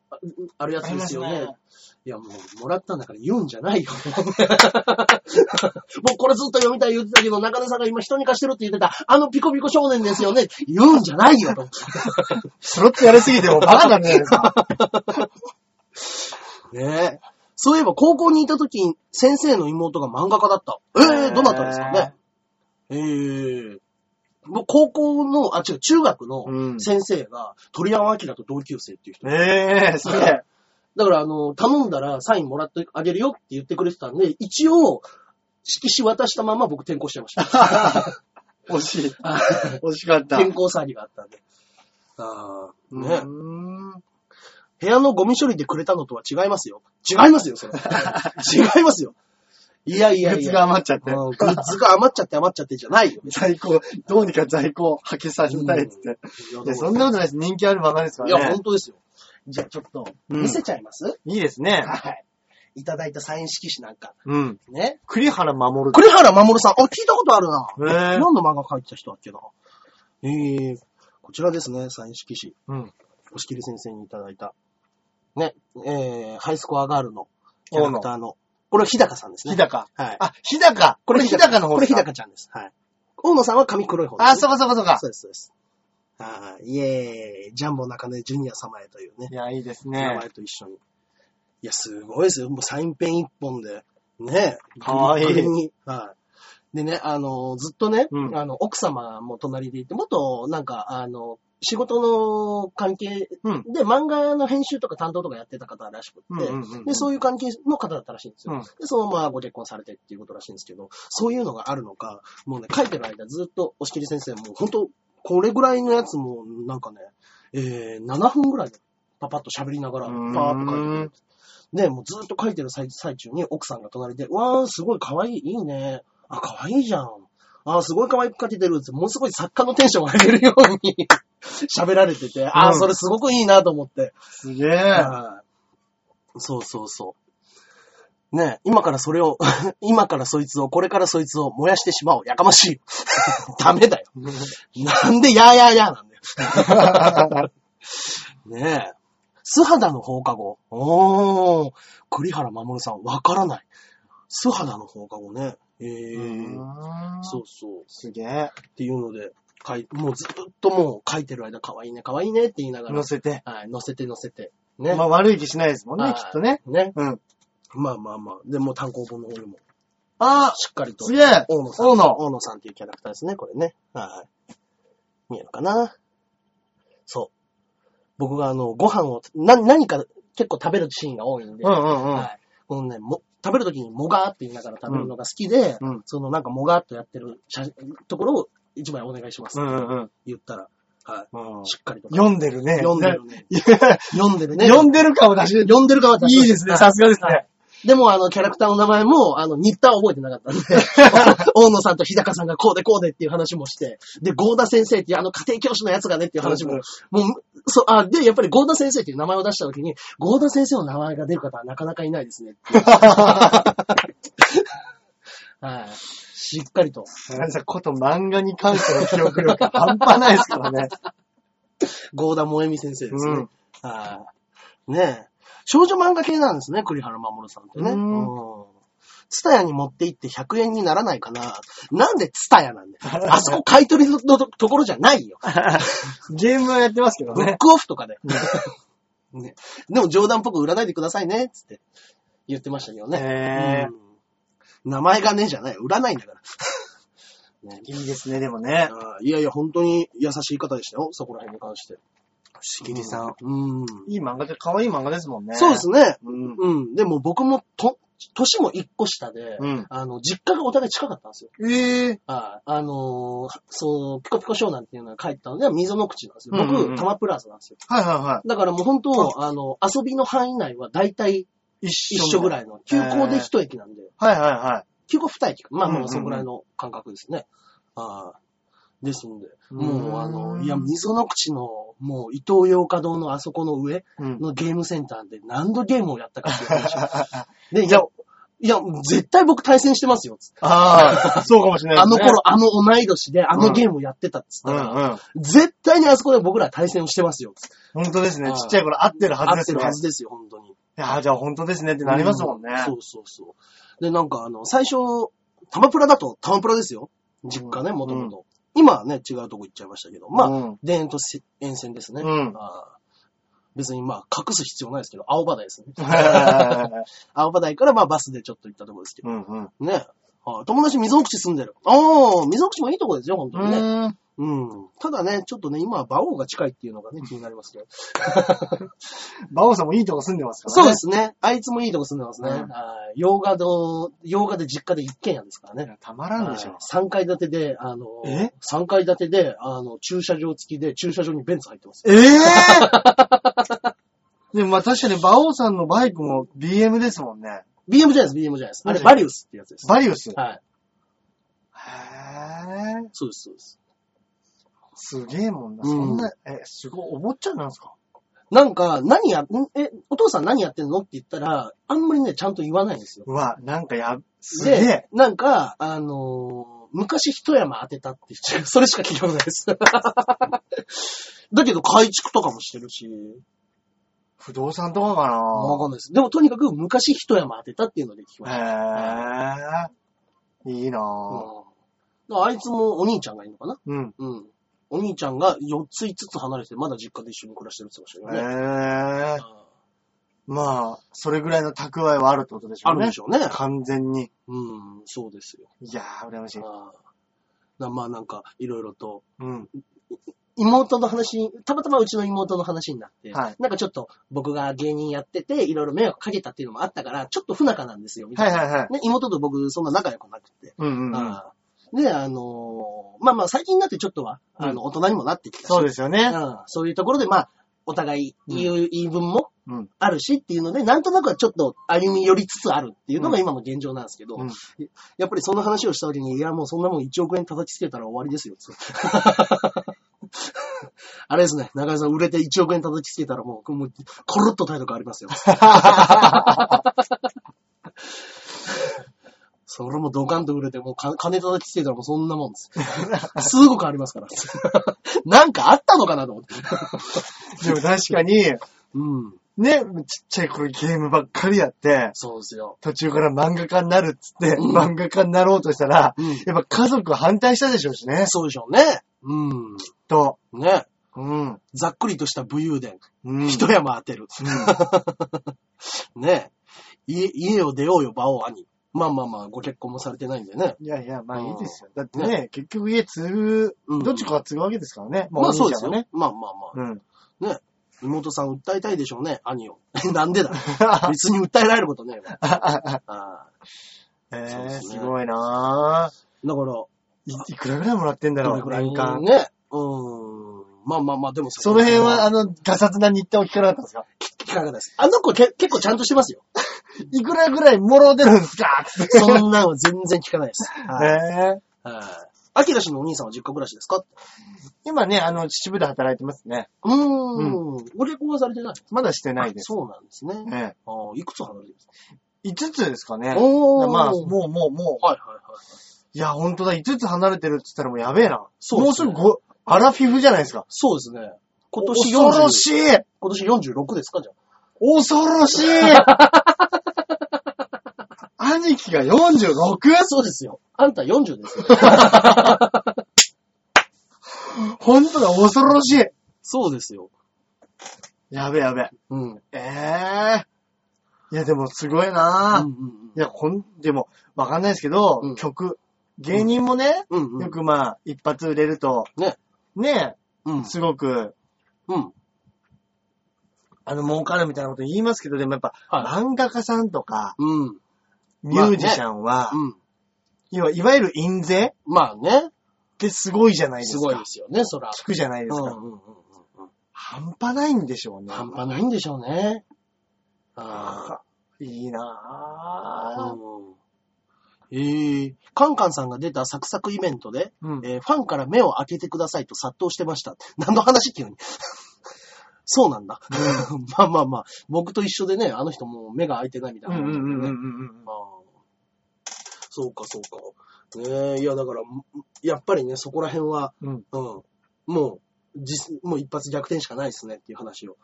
あるやつ
あり
で
ますす
よね
ね。。
いや、もう、もらったんだから言うんじゃないよ。 [laughs] 僕これずっと読みたい言ってたけど、中根さんが今人に貸してるって言ってた、あのピコピコ少年ですよね。言うんじゃないよ。
スロットやりすぎてもバカなんじゃないです
[laughs]
か。
ねえ。そういえば、高校にいた時に、先生の妹が漫画家だった。ええどうだったんですかね。ええもう高校の、あ、違う、中学
う
の
ん
先生が、鳥山明と同級生っていう人。
ええすげえ。
だから、あの、頼んだらサインもらってあげるよって言ってくれてたんで、一応、色紙渡したまま僕転校しちゃいま
[laughs]
した。
惜しい。惜しかった。
転校詐欺があったんで。ああ、ね、
うーん
部屋のゴミ処理でくれたのとは違いますよ。違います
[laughs]
よ、それ。違いますよ。いやい
グ
や
ッ
い
ズ
や。
が余っちゃって。
うんグッズが余っちゃって余っちゃってじゃないよ。
在庫、どうにか在庫を破棄させたいっつって。いや、そんなことないです。人気ある漫画ですか
いや、
らね
本。当ですよ。じゃあちょっと、
うん
見せちゃいます、
いいですね。
はい。いただいたサイン色紙なんか。
うん。
ね。
栗原守
栗原守さん。あ、聞いたことあるな。
へえ
何の漫画描いてた人だっけな。えー、こちらですね、サイン色紙。
うん。
押切先生にいただいた。ね、えー、ハイスコアガールのキャラクターの。これは日高さんですね。
日。高。
はい。
あ、日高これ日高の方
これ
です
日
か
高ちゃんです。はい。大野さんは髪黒い方です、
あ、そうかそうかそうか。
そうです、そうです。はい。イエーイ。ジャンボ中根ジュニア様へというね
い、や、いいです
名
ね。
前と一緒に。いや、すごいですよ。もうサインペン一本で。ねえ。
かわいい
グリグリにはい。でね、あの、ずっとね、
うん
あの、奥様も隣でいて、元、なんか、あの、仕事の関係
うん。
で、漫画の編集とか担当とかやってた方らしくって、
うんうんうんうん
で、そういう関係の方だったらしいんですよ。
うん
で、そのままご結婚されてっていうことらしいんですけど、そういうのがあるのか、もうね、書いてる間ずっと、押切先生もう本当、これぐらいのやつも、なんかね、えー、7分ぐらいパパッと喋りながら、パ
うーん
ーッと書いてくれる。で、もうずっと書いてる最最中に奥さんが隣で、わー、すごい可愛い、いいね。あ、可愛いじゃん。あー、すごい可愛く書けてるって、ものすごい作家のテンションを上げるように [laughs] 喋られてて、あー、
うん
それすごくいいなと思って。
すげえ。
はいそうそうそう。ねえ今からそれを、 [laughs] 今からそいつを、これからそいつを燃やしてしまおう。やかましいよ。 [laughs] ダメだよ。
[laughs]
なんでやーやーやーなんだよ。ねえ。素肌の放課後。おー。栗原守さん、わからない。素肌の放課後ね。え
う
ー。
ーん
そうそう。
すげえ。
っていうので、書いもうずっともう書いてる間、可愛いね、可愛いねって言いながら
乗、せて。
はい、乗せて乗せて。ね。
まあ悪い気しないですもん
は
ね、
い
きっとね。
ね。
うん。
まあまあまあ。で、もう単行本の方にも、
あ
しっかりと
す。げえ
大野さん。
大野
大野さんっていうキャラクターですね、これね。はい。見えるかなそう。僕があの、ご飯を、な、何か結構食べるシーンが多いんで、
うんうんうん。
はい。このね、も、食べるときにもがーって言いながら食べるのが好きで、
うんうん
そのなんかもがーっとやってる写ところを一枚お願いします。
うんうん
言ったら、は
うん
い。。しっかりと。
読んでるね。
読んでるね。
いや。
読んでるね。
読んでる感を出してる。
読んでる側
いいですね、さすがですね。
でも、あの、キャラクターの名前も、あの、新田は覚えてなかったんで、大野さんと日高さんがこうでこうでっていう話もして、で、ゴーダ先生っていうあの家庭教師のやつがねっていう話も、もう、そう、あ、で、やっぱりゴーダ先生っていう名前を出した時に、ゴーダ先生の名前が出る方はなかなかいないですねっていう。はい。しっかりと。
中根さん、こと漫画に関しての記憶力半端ないですから [laughs] ね。
ゴーダ萌美先生ですね。
うん
はい。ねえ。少女漫画系なんですね、栗原守さんってね。
う
うん。ツタヤに持って行って100円にならないかな。なんでツタヤなんだ
[laughs]
よ。あそこ買い取りのとところじゃないよ。
ゲームはやってますけど
ブッ
ね。
クオフとかで。ね、でも冗談っぽく売らないでくださいね、つって言ってましたけどね。
へ
うん名前がねじゃない。売らないんだから。ね
いいですね、でもね。
あーいやいや、本当に優しい方でしたよ。そこら辺に関して。
しきりさん。
うん。
いい漫画で、可愛い漫画ですもんね。
そうですね。
うん。
うん。でも僕もと、年も一個下で、
うん
あの、実家がお互い近かったんですよ。
ええ。
ああのーそう、ピコピコ湘南っていうのが帰ったので、溝の口なんですよ。
うんうんう
僕、
ん
多摩プラザなんですよ。
はいはいは
だからもう本当、あの、遊びの範囲内は大体
い。一
一緒ぐら
い。
いの、休校で一駅なんで、
はいはいはい。
休校二駅か。まあ
うん
ま
う
あ、
ん
そこぐらいの感覚ですね。ああですんで、
うん
もうあの、いや、溝の口の、もう伊東洋華堂のあそこの上
うん。 [laughs]
のゲームセンターで何度ゲームをやったかっていう話。で、いや、いや、絶対僕対戦してますよ、つって
[laughs] ああ、そうかもしれな
あ
いで
の
すね。
頃、あの同い年で、あのゲームをやってたっつったら、
うんうん。
絶対にあそこで僕ら対戦をしてますよ、つって
本当ですね
は。い
ちっちゃい頃合ってるはず
合
で
って
す
る
ね。
はずですよ、本当に。
いやーじゃあ本当ですねってなりますもんね。
そうそうそう。で、なんかあの、最初、タマプラだと、タマプラですよ。実家ね、
うん
もともと。今はね、違うとこ行っちゃいましたけど、まあ、
うん
田園とせ沿線ですね。
うん
あー別にまあ、隠す必要ないですけど、青葉台ですね。
う
青葉台からまあ、バスでちょっと行ったとこですけど。
ん [laughs] うん。
ね。あー友達、溝口住んでる。ああ、溝口もいいとこですよ、本当にね。
うん
うん。ただね、ちょっとね、今は馬王が近いっていうのがね、気になりますけど。
馬王さんもいいとこ住んでますか
そう
らね。
ですね。あいつもいいとこ住んでますね。
うん
はい洋画の、洋画で実家で一軒家ですからね。
たまらんでしょ。
3階建てで、あの
え、
3階建てで、あの、駐車場付きで、駐車場にベンツ入ってます。
ええでもまあ確かに馬王さんのバイクも BM ですもんね。
BM じゃないです、BM じゃないです。あれ、
マジ
バリウスってやつです。
バリウス。へ
はい。
え。
そうです、そうです。
すげえもんな。
うん
そんな、え、すごい、お坊ちゃんなんですか
なんか、何や、んえ、お父さん何やってんのって言ったら、あんまりね、ちゃんと言わないんですよ。
うわ、なんかや、すげえ
で。、なんか、あのー昔一山当てたって言って、 [laughs] それしか聞いたことないです。 [laughs] だけど、改築とかもしてるし、
不動産とかか
わかんないです。でも、とにかく昔一山当てたっていうので聞きました。
なへえ。いいなぁ。
うんだからあいつもお兄ちゃんがいるのかな
うん。
うん。お兄ちゃんが4つ5つ離れて、まだ実家で一緒に暮らしてるって言ってました
へ
よね。
え。
あ
まあ、それぐらいの蓄えはあるってことでしょ
あ
う
る
ね
で。しょうね。
完全に。
うん、そうですよ。
いやー、羨ましい。
ああまあなんか、いろいろと、
うん。
妹の話に、たまたまうちの妹の話になって、
はい
なんかちょっと僕が芸人やってて、いろいろ迷惑かけたっていうのもあったから、ちょっと不仲なんですよ、みたい
は
な。
いはいはい。
ね、妹と僕そんな仲良くなくて。
うんうんうん。
ああで、あのーまあまあ最近になってちょっとは、あの、大人にもなってきたし、
そうですよね。
うんそういうところで、まあ、お互い言う、言い分も
うん
あるしっていうので、なんとなくはちょっと歩み寄りつつあるっていうのが今の現状なんですけど、
うん
やっぱりそんな話をした時に、いや、もうそんなもん1億円叩きつけたら終わりです [laughs] よ。つってあれですね、中井さん売れて1億円叩きつけたらもう、もうコロッと態度変わります [laughs] よ。それもドカンと売れて、もうか金叩きつけたらもうそんなもんです。すぐ変わりますから。 [laughs] なんかあったのかなと思って。
でも確かに、
うん。
ね、ちっちゃい頃ゲームばっかりやって、
そうですよ。
途中から漫画家になるっつって、
うん
漫画家になろうとしたら、
うん
やっぱ家族反対したでしょうしね、
そうでしょうね。う
と。
ん。ね。
うん。
ざっくりとした武勇伝。
うん。
一山当てる。 [laughs] ね。家、家を出ようよ、馬王兄。まあまあまあ、ご結婚もされてないんでね。
いやいや、まあいいですよ。だって
ね
ね、結局家継ぐ、
うん
どっちかが継ぐわけですからね。
ま
お
あ
兄
そうで
ち
す
ゃん
よ
はね。
ね。まあまあまあ。 [laughs]
うん。
妹さん訴えたいでしょうね、兄を。 [laughs] なんでだ別に訴えられること
[laughs]
ねえわ。ああ
え
そう
ー、
ですね
すごいなぁ。
だから、
いいくらぐらいもらってんだ
ど
ろ
れ
う、
くらい
年間。
ね。うん。まあまあまあ、でも
その辺は、、あの、ガサツな日程を聞かなかったんですか
聞かなかったです。あの子け結構ちゃんとしてます
[laughs]
よ。
いくらぐらいもろ出るんですかつって。
そんなの全然聞かないです。はい。
ねえ
はい。アキラ氏のお兄さんは実家暮らしですか
今ね、あの、秩父で働いてますね。
うーん。ご結婚はされてない
まだしてないです。
そうなんですね。
ね
ああ、いくつ離れてるんですか
え5つですかね。
おー
まあ、もうもうも
はいはいはい。
う。いや、ほんとだ、5つ離れてるって言ったらもうやべえな。
そう
も
で
う
す
す
ね
ぐ5、アラフィフじゃないですか。
そうですね。今年40、
恐ろしい
今年46ですかじゃ
恐ろしい兄貴が 46?
あ。そうですよ。あんた40ですよ。
ほんとだ、恐ろしい
[laughs] そうですよ。
やべえやべえ。
うん。うん
ええいや、でもすごいな
う
ぁ。
ん
いや、こん、でも、わかんないですけど、
うん
曲。芸人もね、
うん。うんうん。
よくまあ、一発売れると、
ね。
ね
うん。
すごく、
うん。
あの、儲かるみたいなこと言いますけど、でもやっぱ、
は
漫画家さんとか、
うん。
ミュージシャンは、
うん。
要はいわゆる印税っ
まあね。
てすごいじゃないですすか。
ごいですよね、そら。
聞くじゃないで
うん
す
うん
か。
うんうんうん。
半端ないんでしょうね。
半端ないんでしょうね。ああ。
あーいいなぁ。
ええカンカンさんが出たサクサクイベントで、
うん
えーファンから目を開けてくださいと殺到してました。何の話急に。 [laughs] そうなんだ。 [laughs] まあまあまあ、僕と一緒でね、あの人もう目が開いてないみたい
うん
な
う
も
ん
んだけどね、
うんうんうんうん。
あーそうか、そうか。ねえ、いや、だから、んやっぱりね、そこら辺は、
うん。
うん、もう、実、もう一発逆転しかないですねっていう話を。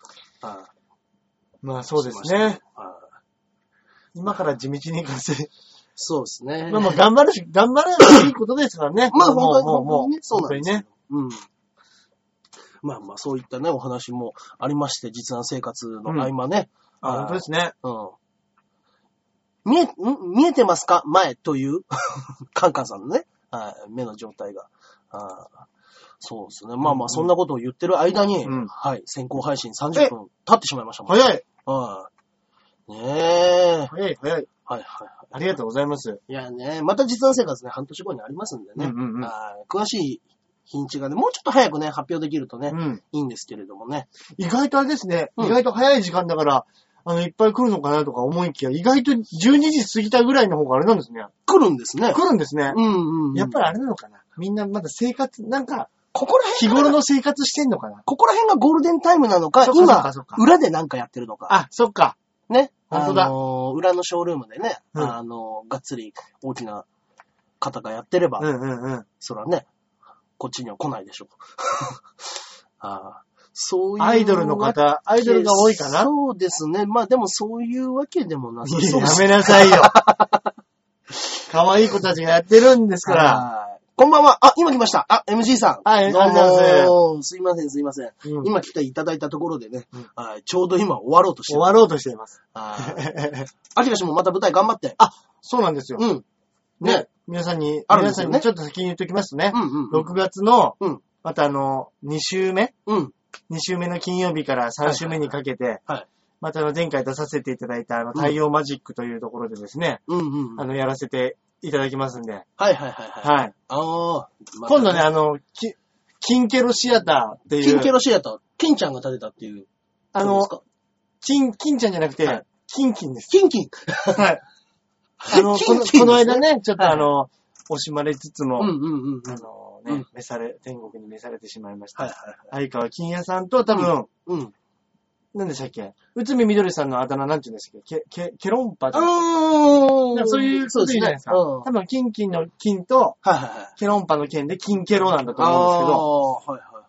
ああ
まあそうですね。
ああ
今から地道に稼い。
そうですね。。
まあまあ頑張るし、頑張ればいいことですからね
まあ、
も
本
う、も
当
う、
に、
も
本当
う
にね、、そうなん
本
で
当
す
に
よ
ね。
うん。まあまあ、そういったね、お話もありまして、実案生活の合間ね。
あ、本当ですね。
うん。見え、ん見えてますか前という、 [laughs] カンカンさんのね、はい目の状態が。あーそうですね。まあ
うん
まあ、
うん
そんなことを言ってる間に、
うん
はい、先行配信30分経ってしまいましたもん。
早い
はい。ねえ。はい
早い早い。
はいはい。
ありがとうございます。
いやね、また実案生活ね、半年後にありますんでね。
うんうんうん
はい詳しい日にちがね、もうちょっと早くね、発表できるとね、
うん。
いいんですけれどもね。
意外とあれですね、
うん
意外と早い時間だから、あの、いっぱい来るのかなとか思いきや、意外と12時過ぎたぐらいの方があれなんですね。
来るんですね。
来るんですね。
うんうん、うん。
やっぱりあれなのかなみんなまだ生活、なんか、
ここら
日
辺が
頃の生活してんのかな
ここら辺がゴールデンタイムなのか、
そっかそっ
今
かそっ、か
裏でなんかやってるのか。
あ、そっか。
ね。
本当だ
あのー裏のショールームでね、
うん
あのーがっつり大きな方がやってれば、
うんうんうん。
そらね、こっちには来ないでしょう。 [laughs] あーそういう。
アイドルの方、アイドルが多いかな
そうですね。まあでもそういうわけでもなさ
いや
そうで
や
す
めなさ
[laughs]
いよ。可愛い子たちがやってるんですから。
はいこんばんは。あ、今来ました。あ、MG さん。
はい
どう
ありがとうござい
も。すいません、すいません。
うん
今来ていただいたところでね
うん、
はいちょうど今終わろうとして
終
る。
わろうとしています。
はいあきら氏もまた舞台頑張って。
そうなんですよ。
うん。ね
ね。皆さんに、
あるんで
皆
す
さ
よ
ん
ね
にちょっと先に言っときますとね。
うんうんうん。
6月の、
うん
またあの、2週目
うん。
?2 週目の金曜日から3週目にかけて、
はい。
またあの前回出させていただいたあの
ん
太陽マジックというところでですね、
うんうん。は
あ
い
の、やらせていただきますんで、
はいはいはい。
はい。
あのーまた
今度ね、、あの、きキンケロシアターっていう、
金ケロシアター、金ちゃんが建てたっていう。ど
あ
うで
の
す、か
金、金ちゃんじゃなくて、
はい
キン
[laughs]
キンです。
金金。
はい。あの、
キ
こ
ンキン
の
ですね
この間ね、ちょっとあの、惜しまれつつも、
うんうんうんうん。
あ
はい
の
う
ね
ん、
召され、天国に召されてしまいました。
はいはい。
相川金也さんと多分、
うん。
何でしたっけ内海みどりさんのあだ名なんて言うんですっけケ、ケ、ケロンパじゃん
あー
そういうことじゃないですか。
うん。は
多分、キンキンの金と、
いはいはい。
ケロンパの剣で、キンケロなんだと思
ああー、はいはいはい。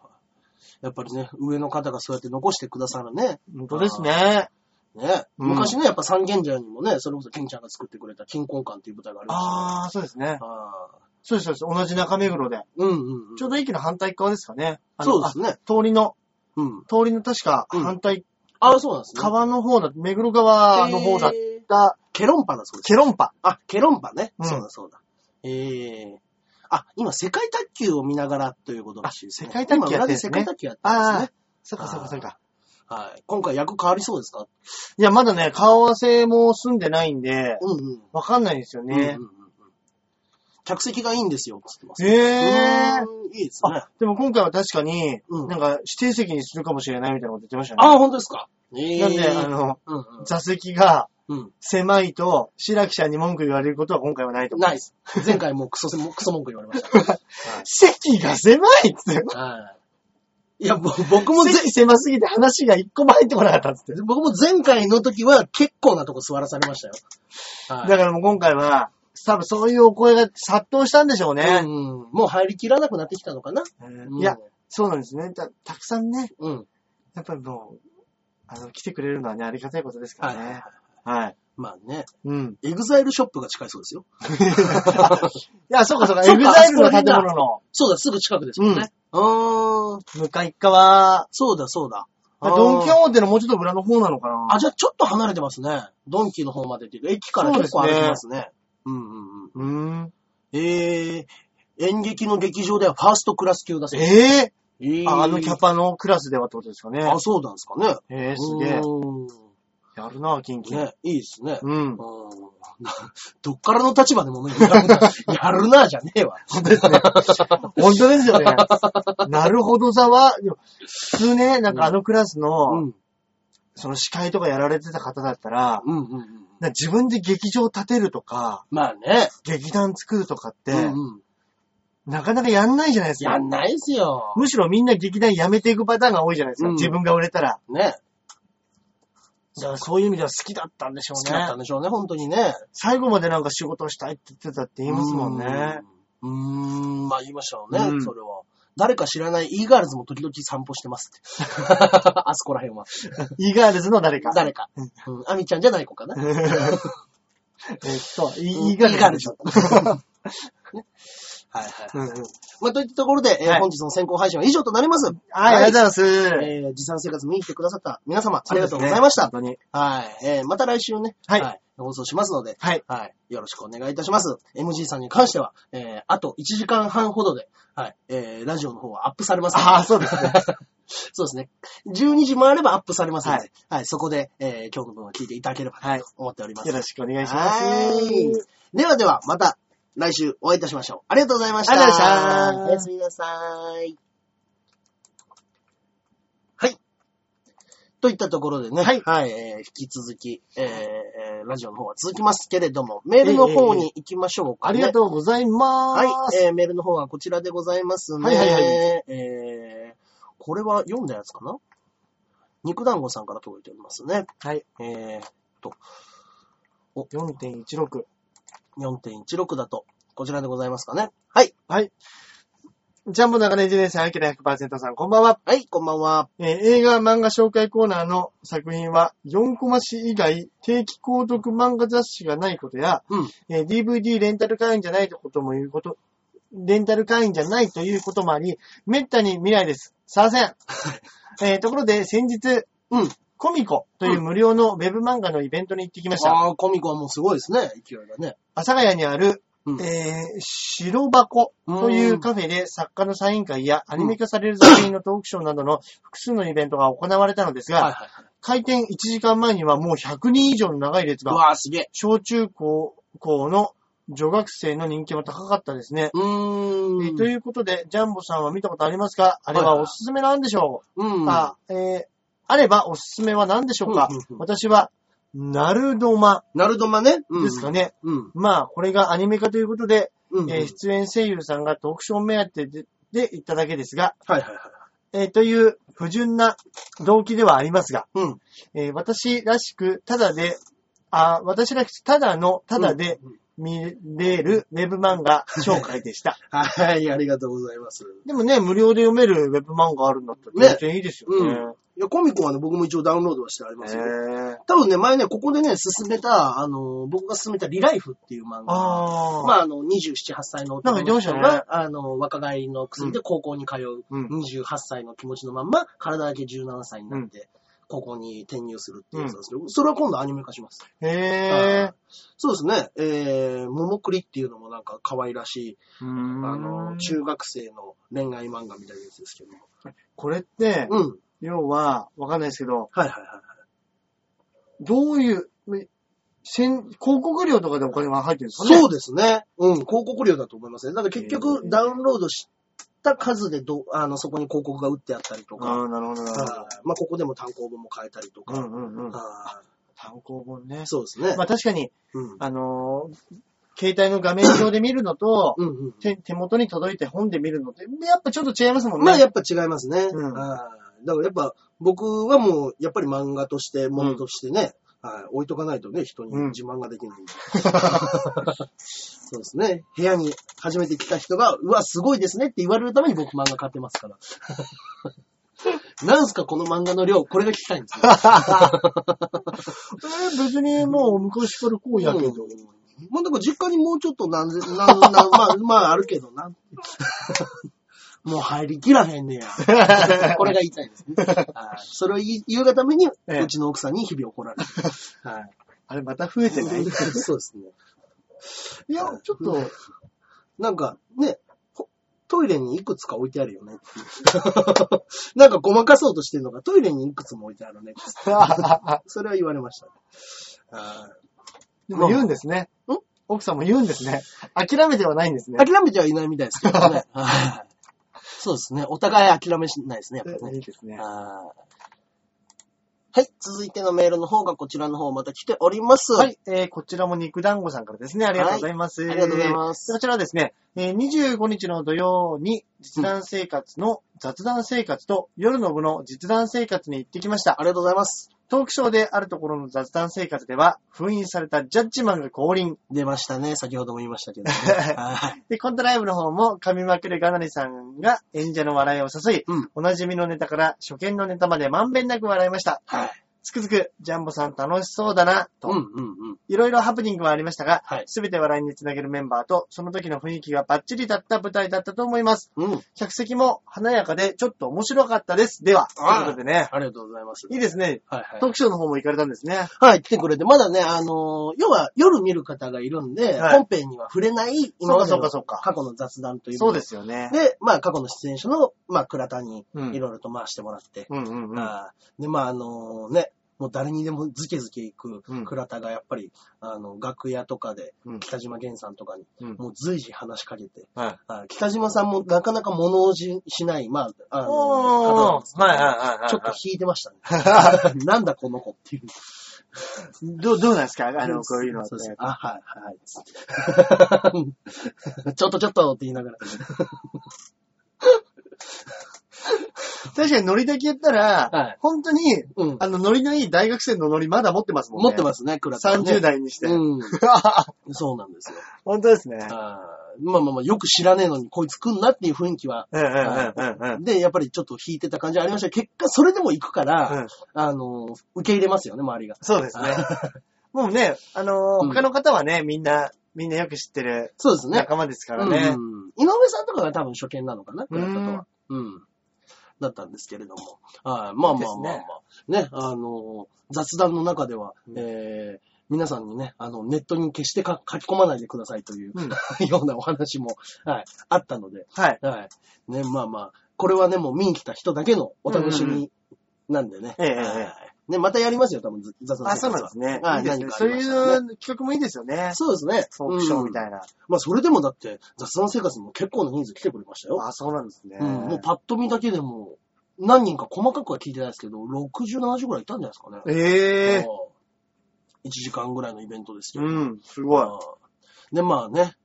やっぱりね、上の方がそうやって残してくださるね。
うんですけど、本当ですね。
ね。
うん
昔ね、やっぱ三賢者にもね、それこそケンちゃんが作ってくれた金婚館っていう舞台がありまし
ああ、そうですね。
たね。ああ。
そうです、そうです。同じ中目黒で。
うんうんうん。
ちょうど駅の反対側ですかね。あの
そうですね。
あ通りの、
うん。
通りの確か
うん
反対、
ああ、そうなんですね。
川の方だ、目黒川の方だっ
へー
た、
ケロンパだそうです。
ケロンパ。
あ、ケロンパね。
うん
そうだそうだ。ええあ、今、世界卓球を見ながらということらしいですね。
あ世界卓球
今、
や
裏で
ってるんです
世
ね
界卓球やってますね。
そっかそっかそっか。
はい。今回役変わりそうですか
いや、まだね、顔合わせも済んでないんで、
うんうん。
わかんないんですよね
うんうん。うんうん客席がいいんですよ、つってます。
へえ
うーんいいですね。あ
でも今回は確かに、
うん
なんか指定席にするかもしれないみたいなこと言ってましたね。
あー、本当ですか。ええ
なんで、あの、
うん
座席が
うん。
狭いと、白木ちゃんに文句言われることは今回はないと
うん。
思う。
ナイス。前回もうクソ、クソ文句言われました。
席が狭いっつって。
はい。いや、ぼ僕もぜ、
[laughs] 席狭すぎて話が一個も入ってこなかったっつって。
僕も前回の時は結構なとこ座らされましたよ。はい。
だからもう今回は、多分そういうお声が殺到したんでしょうね。
うん、もう入りきらなくなってきたのかな、
うんいや、、そうなんですねた。たくさんね、
うん。
やっぱりもう、あの、来てくれるのはね、ありがたいことですか
はい
らね。はい。
まあね、
うん。
エグザイルショップが近いそうです
[laughs]
よ。
いや、そうかそうか、
そ
エ
っ
グ
か
ザイルの建物の
そうだ、すぐ近くですもんね。うーん。
向かい側、
そうだ、そうだ。
まあドンキ
あー
ホーテのもうちょっと裏の方なのかな
あ、じゃあちょっと離れてますね。ドンキの方までっていうか、駅から結構
そ
歩
うですね
きますね。うんうんうん。
うーん。
えー、演劇の劇場ではファーストクラス級だそうです。
ええ
えー
ああのキャパのクラスではってことですかね。
あ、そうなんですかね。
ええすげえ。
う
やるな、キンキ
ーん。
ン。
ね、いいですね。
うん。
うんどっからの立場でもね、やる
[laughs]
な、やるなじゃねえわ。
本当ですね。本当ですよね。 [laughs] なるほどざは、でも普通ね、なんかあのクラスの、
うん。
その司会とかやられてた方だったら、
うんうんうん。
なんか自分で劇場建てるとか、
まあね。
劇団作るとかって、
うんうん。
なかなかやんないじゃないです
や
か。
んないですよ。
むしろみんな劇団辞めていくパターンが多いじゃないですか。
うん
自分が売れたら。
ね。
だからそういう意味では好きだったんでしょ
好き
う
だ
ね
った。んでしょうね、本当にね。
最後までなんか仕事をしたいって言ってたって言いますもんね。
うーん。うーん、まあ言いましたよね、
うん
それは。誰か知らない e ガールズも時々散歩してます
[laughs]
って。あそこら辺は。
イガールズの誰か。
誰か。うん。アミちゃんじゃない子かな。
えっと、
うん
イイガールズ。
イガールズだった。
[laughs]
ねはいはい。
うんうん
まあ、といったところで、えー
はい
本日の先行配信は以上となります。
はい、ありがとうございます。
えー持参生活見に来てくださった皆様、ありがとうございました。
本当に。
はい。えーまた来週ね、
はい
放送しますので、
はい。
はい。よろしくお願いいたします。MG さんに関しては、えーあと1時間半ほどで、はい。えーラジオの方はアップされますので
ああ、そうですね。
[laughs] そうですね。12時回ればアップされますので、
は
はい。そこで、えー今日の分を聞いていただければ
はい
と思っております。
よろしくお願いします。
はい。ではでは、また来週お会いいたしましょう。ありがとうございました。
ありがとうございました
おやすみなさい。はい。といったところでね、はい。えー引き続き、えーえーラジオの方は続きますけれども、メールの方に行きましょうか、
あ
ね
りがとうございます。
はい、えーメールの方はこちらでございますね。
はいはいはい
えー、これは読んだやつかな肉団子さんから届いておりますね。
はい。
えー、
4.16。
4.16だと、こちらでございますかね。はい、
ジャンボ中根ジネーション、アキラ100%さん、こんばんは。
はい、こんばんは。
えー映画漫画紹介コーナーの作品は、4コマ誌以外、定期購読漫画雑誌がないことや、
うん
えー DVD レンタル会員じゃないことも言うこと、レンタル会員じゃないということもあり、めったに見ないです。さあせん。えーところで、先日、
うん
コミコという無料のウェブ漫画のイベントに行ってきました。
ああ、コミコはもうすごいですね、勢いがね。
阿佐ヶ谷にある、
うん
えー、白箱というカフェで作家のサイン会やアニメ化される作品のトークショーなどの複数のイベントが行われたのです
は
が、
いはいはい。
開店1時間前にはもう100人以上の長い列
う
が、
わあ、すげえ。
小中高校の女学生の人気も高かったですね。
うー
えー
ん。
ということで、ジャンボさんは見たことありますかあれはおすすめなんでしょ
う。
うんか、えーあればおすすめは何でしょうか、
うんうんうん
私は、ナルドマ
ナルドマね。うん
ですかね。
うん。
まあ、これがアニメ化ということで、
うん。
えー出演声優さんが特賞目当てでで行っただけですが、
はいはいはい。
えーという不純な動機ではありますが、
うん。
えー私らしく、ただで、あー私らしく、ただの、ただで
うん。
見れるウェブ漫画紹介でした。
はい、ありがとうございます。
[laughs] でもね、無料で読めるウェブ漫画あるんだった
ね
ら全然いいですよね。
いや、コミコはね、僕も一応ダウンロードはしてありますよ。
へー
多分ね、前ね、ここでね、進めた、あの、僕が進めたリライフっていう漫画。
あー、
まあ、あの、27、8歳の男の人
なんか言ってました
が、あの、若返りの薬で高校に通う、
うん
28歳の気持ちのまんま、体だけ17歳になって、高校に転入するっていうやつなんですけど、それは今度アニメ化します。
へー。
そうですね、えー、桃栗っていうのもなんか可愛らしい、あ
あ
の、
の、中
中学生の恋愛漫画みたいなやつですけども。
これって、
うん。
要は、わかんないですけど、
はいはいはい。
どういう、えせん広告料とかでお金が入ってるんですかね
そうですね。うん、広告料だと思いますね。だから結
へー
局、ダウンロードした数でど、あの、そこに広告が打ってあったりとか、
ああ、なるほど、なるほ
は
ど。
いまあ、ここでも単行本も変えたりと
う
か、
んうんうん。
は
単行本ね
い。そうですね。
まあ確かに、
うん。
あのー携帯の画面上で見るのと、
うんうん
手手元に届いて本で見るのって、やっぱちょっと違いますもんね。
まあ、やっぱ違いますね。
うん
はいだからやっぱ、僕はもう、やっぱり漫画として、ものとしてね、はい置いとかないとね、人に
うん
自慢ができ
[laughs]
ないんで。そうですね。部屋に初めて来た人が、うわ、すごいですねって言われるために僕漫画買ってます
[laughs]
から。なんすかこの漫画の量、これが聞きたいんですよ。
えー別にもう昔からこうやけど。
うんまあ、だから実家にもうちょっとなんぜ、なん、なん、まあ、まあ、あるけどな。 [laughs] もう入りきらへんねや。 [laughs] これが言いたいですね。はいそれを言い言うがために、
ええ
うちの奥さんに日々怒られる。 [laughs] はい。
あれまた増えてない
そうですね。
いや、ちょっと、
なんか、ね、ほトイレにいくつか置いてあるよねっていう。 [laughs] なんかごまかそうとしてるのが、トイレにいくつも置いてあるねって。 [laughs] それは言われましたね。はい
[laughs] でも言うんですね
ん。
奥さんも言うんですね。諦めてはないんですね。
諦めてはいないみたいですけどね。 [laughs] はいそうですね。お互い諦めしないですね、やっぱり
い
ね。
いですね。
はい。続いてのメールの方がこちらの方また来ております。
はい、えーこちらも肉団子さんからですね。ありがとうございます。
ありがとうございます。
こちらはですね、えー25日の土曜に実弾生活の雑談生活と夜の部の実弾生活に行ってきました。
ありがとうございます。
トークショーであるところの雑談生活では、封印されたジャッジマンが降臨。
出ましたね。先ほども言いましたけど、ね。 [laughs] はい
で、コントライブの方も、神まくれがなりさんが演者の笑いを誘い、
うん
おなじみのネタから初見のネタまでまんべんなく笑いました。
はい。
つくづく、ジャンボさん楽しそうだな、と。
うんうんうん。
いろいろハプニングはありましたが
はい、
すべ、て笑いにつなげるメンバーと、その時の雰囲気がバッチリだった舞台だったと思います。
うん。
客席も華やかで、ちょっと面白かったです。では、と
あ
い
ー
うことでね。
ありがとうございます。
いいですね。
はいはい
トークショーの方も行かれたんですね。
はい、来てくれて、まだね、あのー要は夜見る方がいるんで、
はい
本編には触れない、
そう
の
かそうかそうか
過去の雑談という。
そうですすよね。
で、まあ、過去の出演者の、まあ、倉田に、い
うん
ろいろと回してもらって、
うんうんうん。
あーで、まあ、あのーね、もう誰にでもズケズケ行
う
く
ん
倉田がやっぱり、あの、楽屋とかで
うん、
北島源さんとかに、
うん
もう随時話しかけて、
はい。
あー北島さんもなかなか物おじしない、まあ、あのー方なん
お
です
ー、はいはいはいはい。
ちょっと引いてましたね。 [laughs] なんだこの子っていう。
どう、どうなんですかあの、こういうのは
そうそう
ね。
あ、はい、はい。 [laughs] ちょっとちょっとって言いながら。
確かにノリだけ言ったら、
はい
本当に、
うん。
あの、ノリのいい大学生のノリまだ持ってますもんね。。
持ってますすね、倉田、ね。
30代にして。
うん。そうなんですよ。
[laughs] 本当ですね。
あーまあまあまあ、よく知らねえのにこいつ来んなっていう雰囲気は。
うんうんうんうんうん。
で、やっぱりちょっと引いてた感じはありましたけど、結果それでも行くから、
うん
あの、受け入れますよね、周りが。
そうですね。もうね、あ
う
のー
ん
他の方はね、みんな、みんなよく知ってる
そうですね。
仲間ですから
うん
ね。
井上さんとかが多分初見なのかな、
う
倉田
ん
とは。うん。だったんですけれども。はいまあまあまあまあ。ね、あの、雑談の中では、
うん
えー、皆さんにね、あの、ネットに決してか書き込まないでくださいという、
うん
[laughs] ようなお話も、はい、あったので、
はい。
はい。ね、まあまあ、これはね、もう見に来た人だけのお楽しみなんでね。
ええええ
はいね、またやりますよ、多分、雑談
あ、そうなん
生活は
ですね。
はい
いいですね。
何かあ
そう
り
い
ま
う
したらね
企画もいいですよね。
そうですね。
トークショーみた
うん
いな。
まあ、それでもだって、雑談生活も結構な人数来てくれましたよ。
あ、そうなんですね。
うん、もうパッと見だけでも、何人か細かくは聞いてないですけど、60、70ぐらいいたんじゃないですかね。
ええ
1時間ぐらいのイベントですよ。
うん、すごい。
い。で、まあね、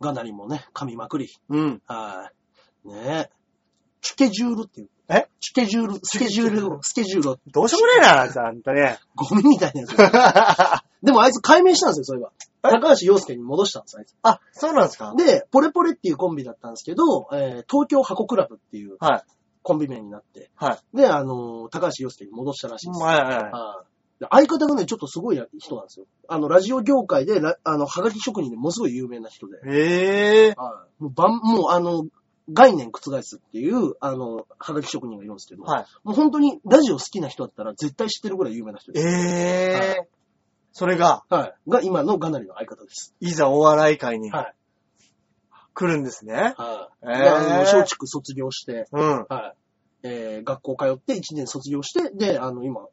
ガナリもね、噛みまくり。
うん。
はい。ねえ。スケジュールっていう。
え
スケジュール、スケジュールを、スケジュールを、
どうしようもねえな、あんたあんたね。
ゴミみたいなやつ。でもあいつ解明したんですよ、それは。
え
高橋洋介に戻したんです、あいつ。
あ、そうなんですか
で、ポレポレっていうコンビだったんですけど、えー東京箱クラブっていう
はい。
コンビ名になって、
はい。
で、あのー高橋洋介に戻したらしいです。
はいはいは
はいで相方がね、ちょっとすごい人なんですよ。あの、ラジオ業界で、ラあの、はがき職人でものすごい有名な人で。
い。ええ
はいもう、ばん、もう、あの、概念覆すっていう、あの、はがき職人がいるんですけど、
はい。
もう本当にラジオ好きな人だったら絶対知ってるぐらい有名な人
え
です。
え
は
それが、
はい。が、今のガナリの相方です。
いざお笑い会に
はい。
来るんですね。
はい。
ええ
であの松竹卒業して、
うん。
はい。えー、学校通って1年卒業して、で、あの、今、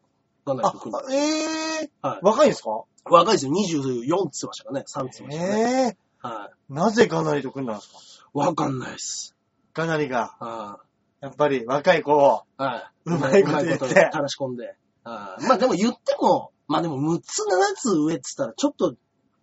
ガナリ
あ
と組んで、、
ええ
はい
若いんですか
若いですよ。24つましたからね。3つましたね。
ええ
はい。
なぜガナリと組んだんですか
わかんないです。
ガナリが、
は
やっぱり若い子を、
い。は
うまいこと言って
うまい垂らし込んで。あーまあでも言っても、まあでも6つ7つ上って言ったらちょっと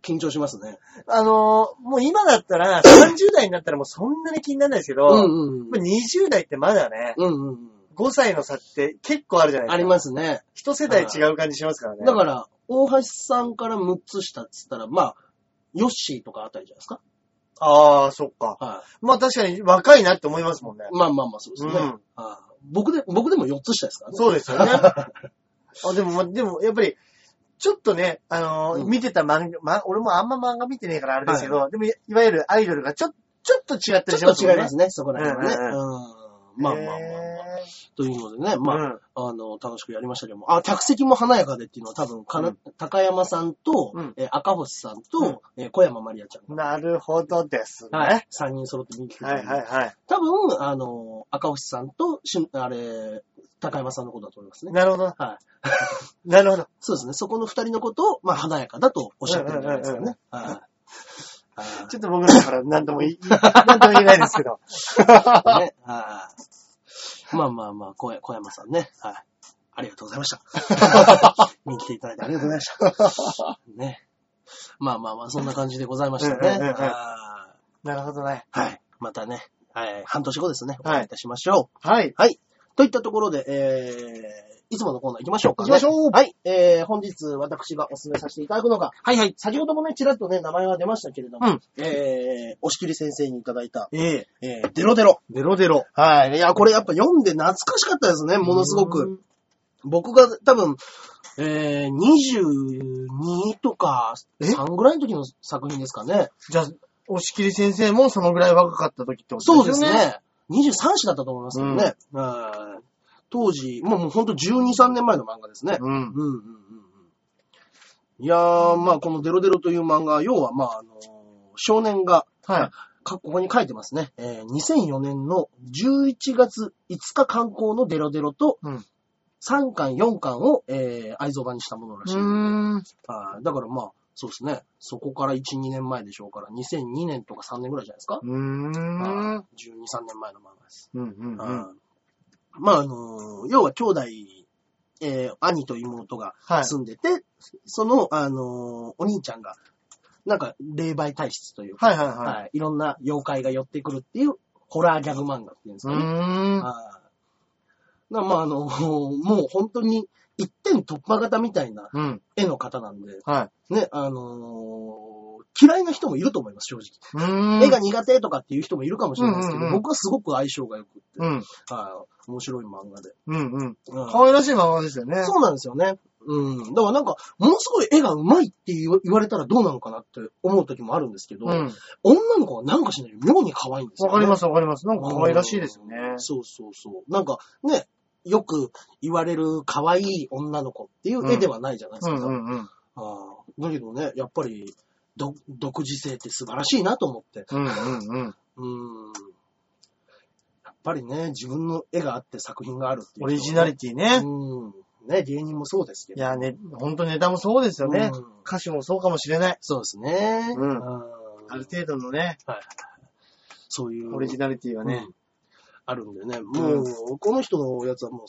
緊張しますね。
あのーもう今だったら、30代になったらもうそんなに気にならないですけど、
うん
やっ
うん。
ぱ20代ってまだね、
うんうんうん。
5歳の差って結構あるじゃないですか。
ありますね。
一世代違う感じしますからね。
だから、大橋さんから6つ下って言ったら、まあ、ヨッシーとかあたりじゃないですか。
ああ、そっか。
は
まあ確かに若いなって思いますも
[laughs]
んね。
い。まあまあまあ、そうですね。
うん
あー僕で、僕でも4つ下ですからね。
そうですよね。 [laughs] あでも、までも、やっぱり、ちょっとね、あのー
うん
見てた漫画、ま、俺もあんま漫画見てねえからあれですけど、でも、いわゆるアイドルがちょ、ちょっと違ったり
ち
し
ょ
ま
っ
す
と
も
違
ん
い
ね
ま。すね、そこら辺はね。
うん
うん。まあまあまあまあ。
へ
というのでね、まあ、
うん
あの、楽しくやりましたけども、あ、客席も華やかでっていうのは多分、かな
うん
高山さんと、
うん
えー赤星さんと、えー小山まりあちゃん
ーなるほどですね。
が、
はい、
3人揃って見に来てくれ
はい、
て
はい。
多分、あの、赤星さんと、しゅあれ、高山さんのことだと思いますね。
なるほど。
はい。
[laughs] なるほど。
そうですね。そこの2人のことを、まあ、華やかだとおっしゃってるんじゃないですかね。はい。はい
ちょっと僕だから何とも言い、何とも言えないですけど。
ね。
[laughs]
はい。まあまあまあ、小小山さんね。はい。ありがとうございました。
[laughs]
見に来ていただい [laughs] [laughs] てありがとうございました。ね。まあまあまあ、そんな感じでございましたね。
うんうんうんうん
は
なるほどね。
いはい。またね、はい、半年後ですね、お
はい
会いいたしましょう。
はい。
はい。といったところで、えー、いつものコーナー行きましょうか、
行きましょう
はい。えー、本日私がお勧めさせていただくのが、
はいはい。
先ほどもね、ちらっとね、名前が出ましたけれども、
うん
えー、押切先生にいただいた、
ええ
えー、デロデロ。
デロデロ。
はい。いや、これやっぱ読んで懐かしかったですね、ものすごく。。僕が多分、えー、22とか
え
3ぐらいの時の作品ですかね。
じゃあ、押切先生もそのぐらい若かった時ってこと
そう
で
ですす
よね。
ね。23歳だったと思いますけどね。うん当時、もうもうほんと12、3年前の漫画ですね。
うん
うんうんうんうん。いやー、まあこのデロデロという漫画、要はまああのー少年が、
はい。
かここに書いてますね。えー2004年の11月5日刊行のデロデロと、
うん
3巻、4巻を、えー愛蔵版にしたものらしい。
ーん。
あーだからまあ、そうですね。そこから1、2年前でしょうから、2002年とか3年ぐらいじゃないですか。
うーん。
あー12、3年前の漫画です。
うんうんうん。
まあ、あのー要は兄弟、えー兄と妹が
はい。
住んでて、その、あのーお兄ちゃんが、なんか、霊媒体質というか、
はいはいはい
いろんな妖怪が寄ってくるっていう、ホラーギャグ漫画っていうんです
う
かね。
ーん。
はいなまあ、あの [laughs] ーもう本当に、一点突破型みたいな
うん。
絵の方なんで、
はい。
ね、あのー嫌いな人もいると思います、正直。
うーん。
絵が苦手とかっていう人もいるかもしれないですけど、
うんうんうん
僕はすごく相性が良くって、
うん。
はい、面白い漫画で。
うんうん。
うん
可愛らしい漫画ですよね。
そうなんですよね。うん。だからなんか、ものすごい絵が上手いって言わ言われたらどうなのかなって思う時もあるんですけど、
うん。
女の子はなんかしない妙に可愛いんですよ、ね。。
わかりますすわかります。なんか可愛らしいですよね。
そうそうそう。なんかね、よく言われる可愛い女の子っていう絵ではないじゃないで
う
す
ん
か。
うんうん。
あーだけどね、やっぱり、ど独自性って素晴らしいなと思って。
うんうんうん。
うん。やっぱりね、自分の絵があって作品があるっていう、
オリジナリ
テ
ティね。
うん。ね、芸人もそうですけど。
いやね、ほんとネタもそうですよね
うん。
歌詞もそうかもしれない。
そうですね。
うんあ
あ
る
る
程度のね、
そういう。
オリジナリティはね
う。んあるんでね。もう、この人のやつはも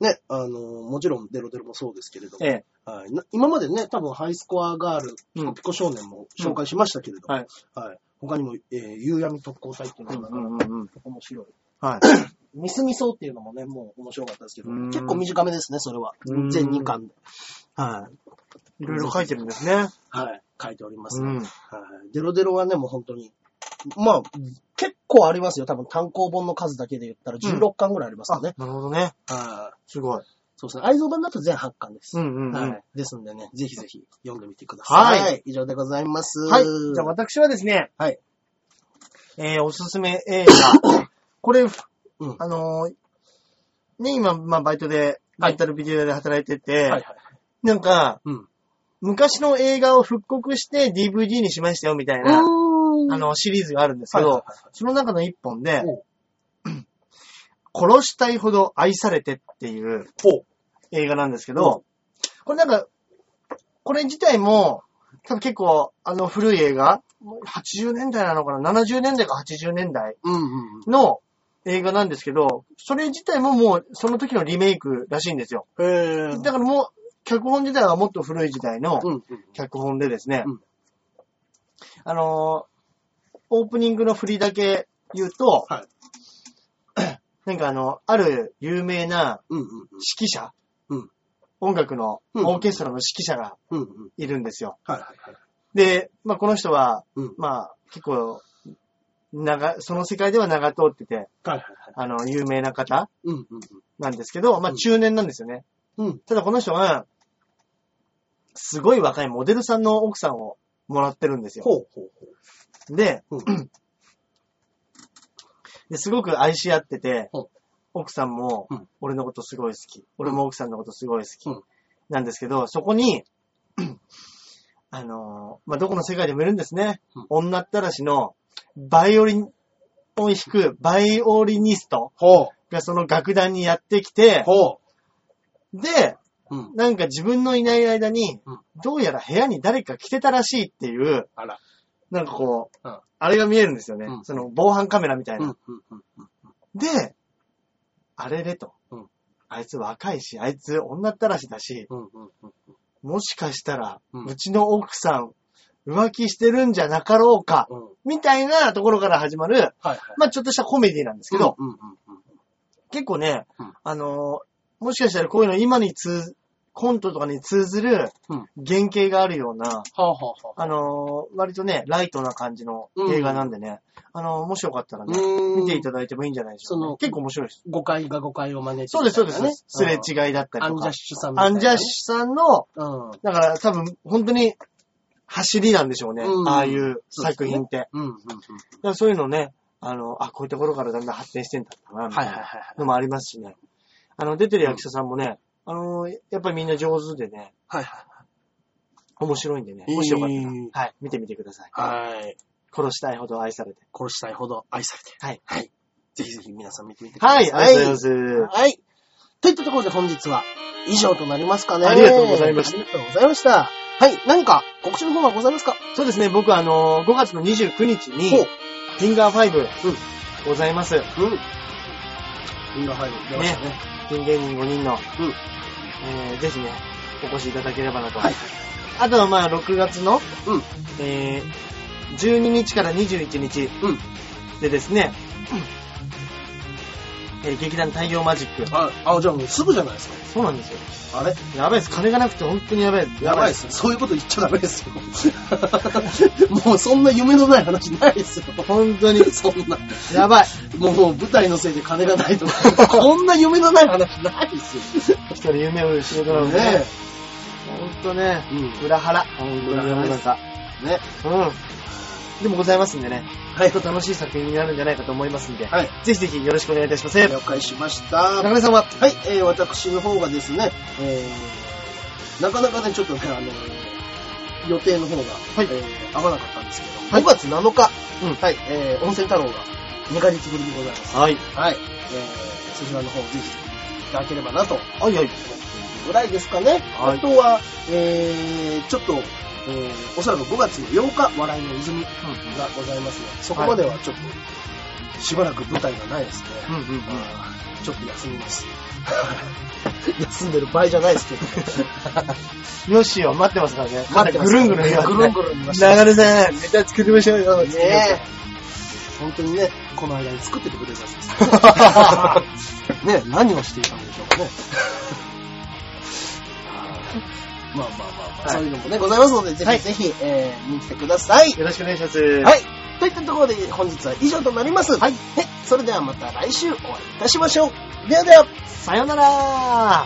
う、ね、あの、もちろんデロデロもそうですけれども、
ええ。
はい、な今までね、多分ハイスコアガール、ピコピコ少年も紹介しましたけれども、
はい。
はい他にも、えー、夕闇特攻隊っていう
う
の
ん
が、
うんうんうん。
面白い。
はい。
ミスミソっていうのもね、もう面白かったですけど、
うん
結構短めですね、それは。
うん
全2巻で。はい。
いろいろ書いてるんですね。
はい。書いております
う
ね。
ん。
はい。デロデロはね、もう本当に。まあ、結構ありますよ。多分単行本の数だけで言ったら16巻ぐらいありますよね。
なるほどね。
はい
すごい。
そうですね。愛蔵版だと全8巻です。
うんうんうん。
は
はい。
い。ですんでね、ぜひぜひ読んでみてください。
はい
以上でございます。
じゃあ私はですね、
はい。
えー、おすすめ映
[laughs]
画。これ、
うん。
あのーね、今、まあ、バイトで、
はい
レンタルビデオ屋で働いてて、
はいはい。
なんか、
うん。
昔の映画を復刻して DVD にしましたよ、みたいな、あの、シリーズがあるんですけど、
はいはいはい
その中の一本で
おう、
[clears throat] 殺したいほど愛されてっていう
ほ
映画なんですけど、これなんか、これ自体も、多分結構、あの古い映画、80年代なのかな ?70 年代か80年代
う。うんうんうん。
の映画なんですけど、それ自体ももうその時のリメイクらしいんですよ。
え
だからもう、脚本自体はもっと古い時代の
うんうん。
脚本でですね、
うん
あのーオープニングの振りだけ言うと、
はい
なんかあの、ある有名な
うんうん
指揮者、
うん
音楽の
うん
オーケストラの指揮者が
うん。うんうん。
いるんですよ。
はいはいはい。
で、まあこの人は、
うん。
まあ結構、長、その世界では長通ってて、
はいはいはい。
あの、有名な方
うんうん
なんですけど、まあ
うん
中年なんですよね。
うん。うん。
ただこの人が、すごい若いモデルさんの奥さんをもらってるんですよ。
ほうほう
で、
ほう。うん。
ですごく愛し合ってて
ほう、
奥さんも
うん
俺のことすごい好き。俺も奥さんのことすごい好
う
き
ん。
なんですけど、そこに、 [clears throat] あのー、まあ、どこの世界でもいるんですね
うん。
女ったらしのバイオリンを弾くバイオリニスト
ほう。
がその楽団にやってきて、
ほ
で、
う。うん。
なんか自分のいない間に
うん、
どうやら部屋に誰か来てたらしいっていう、
あら。
なんかこう、
うん
あれが見えるんですよね。
うん
その防犯カメラみたい
うん。う
な。
ん。うん。
で、あれれと、
うん
あいつ若いし、あいつ女ったらしだし、
うん。うん。うん。
もしかしたら、
うん
うちの奥さん、浮気してるんじゃなかろうか、
うん。
みたいなところから始まる、
はいはい。
まあちょっとしたコメディなんですけど、
うんうんうん
結構ね、
うん
あのーもしかしたらこういうの今に通、コントとかに通ずる
うん
原型があるような、
はあ、はあはあ、
あのー割とね、ライトな感じの映画なんでね、あのーもしよかったらね、
うーん
見ていただいてもいいんじゃないでしょうか、
そ
ね
の。
結構面白いです。
誤解が誤解を招いて
そう
み
です、
たいう
そ
なね、
です。すれ
い
違いだったり
ア
と
ンジ
か。
ャッシュさんみた
ア
いなね
ンジャッシュさんの、
うん。
だから多分本当に走りなんでしょうね。
うん
ああいう作品って。
うん、うん、うん。
だからそういうのね、あの、あ、こういった頃からだんだん発展してんだったな、みた
はいいはいはい
な
はい。
のもありますしね。あの、出てる役者さんもね、あの、やっぱりみんな上手でね、
はいは
面白いんでね、
い。
もしよかったら、
た
はい、見てみてください。
ら。はい。
殺したいほど愛されて。
殺したいほど愛されて。
はい。
はい。ぜひぜひ皆さん見てみてくださ。
はいい、ありがとうございます。
はい。といったところで本日は以上となりますかね。
ありがとうございました
ありがとうございました。はい。何か告知の方はございますか
そうですね、僕あの、5月の29日に、
ほう
フィンガー5、ございます。
うん。リンガーファイブ出ましたね。
ピン芸人5人の、
うん
えーぜひね、お越しいただければなと。
はい
あとはまあ、6月の、
うん
えー12日から21日
うん。
でですね、えー劇団太陽マジック。
あ、あ、じゃあもうすぐじゃないですか。
そうなんですよ。
あれ
やばいです。金がなくて本当にやばいです。
やばいで
です
よ。そういうこと言っちゃダメですよ。もうそんな夢のない話ないですよ。、
す。本当に
そんな。
やばい。
もうもう舞台のせいで金がないとか、こんな夢のない話ないですよ。
一人夢を失うなので、ね
ね、
本当ね、
うん
裏腹。本当に世の中。
え。ね。
うん。でもございますんでね、
はい
きっ。と楽しい作品になるんじゃないかと思いますんで、
はい。
ぜひぜひよろしくお願いいたします。
了解しました。
中根さんは
はい、えー、私の方がですね、えー、なかなかね、ちょっとね、あの予定の方が、
はい
えー合わなかったんですけども、
はい
5月7日、
うん
はい、えー、温泉太郎が2ヶ月ぶりでございます。
はい。
はい、えー、そちらの方ぜひいただければなと、
はいはい。
ぐらいですかね。
はい
あとは、えー、ちょっと、えー、おそらく5月の8日、笑いの泉がございますので、そこまではちょっと、しばらく舞台がないですね。
うんうんうん。
ちょっと休みます。 [laughs] 休んでる場合じゃないですけど。
よしよ、待ってますからね。
待ってます
ぐるんぐるん言わ
ぐるんぐるん言いました
流れさん、ネタ作りましょうよ。
ねえ。本当にね、この間に作っててくれたんですねえ、何をしていたんでしょうかね。まあまあまあまあ、
はい
そういうのもね、ございますので、ぜ
はい
ひぜひ、えー見に来てください。
よろしくお願いします。。
はいい。といったところで本日は以上となります。はい。それではまた来週お会いいたしましょう。ではでは。
さよなら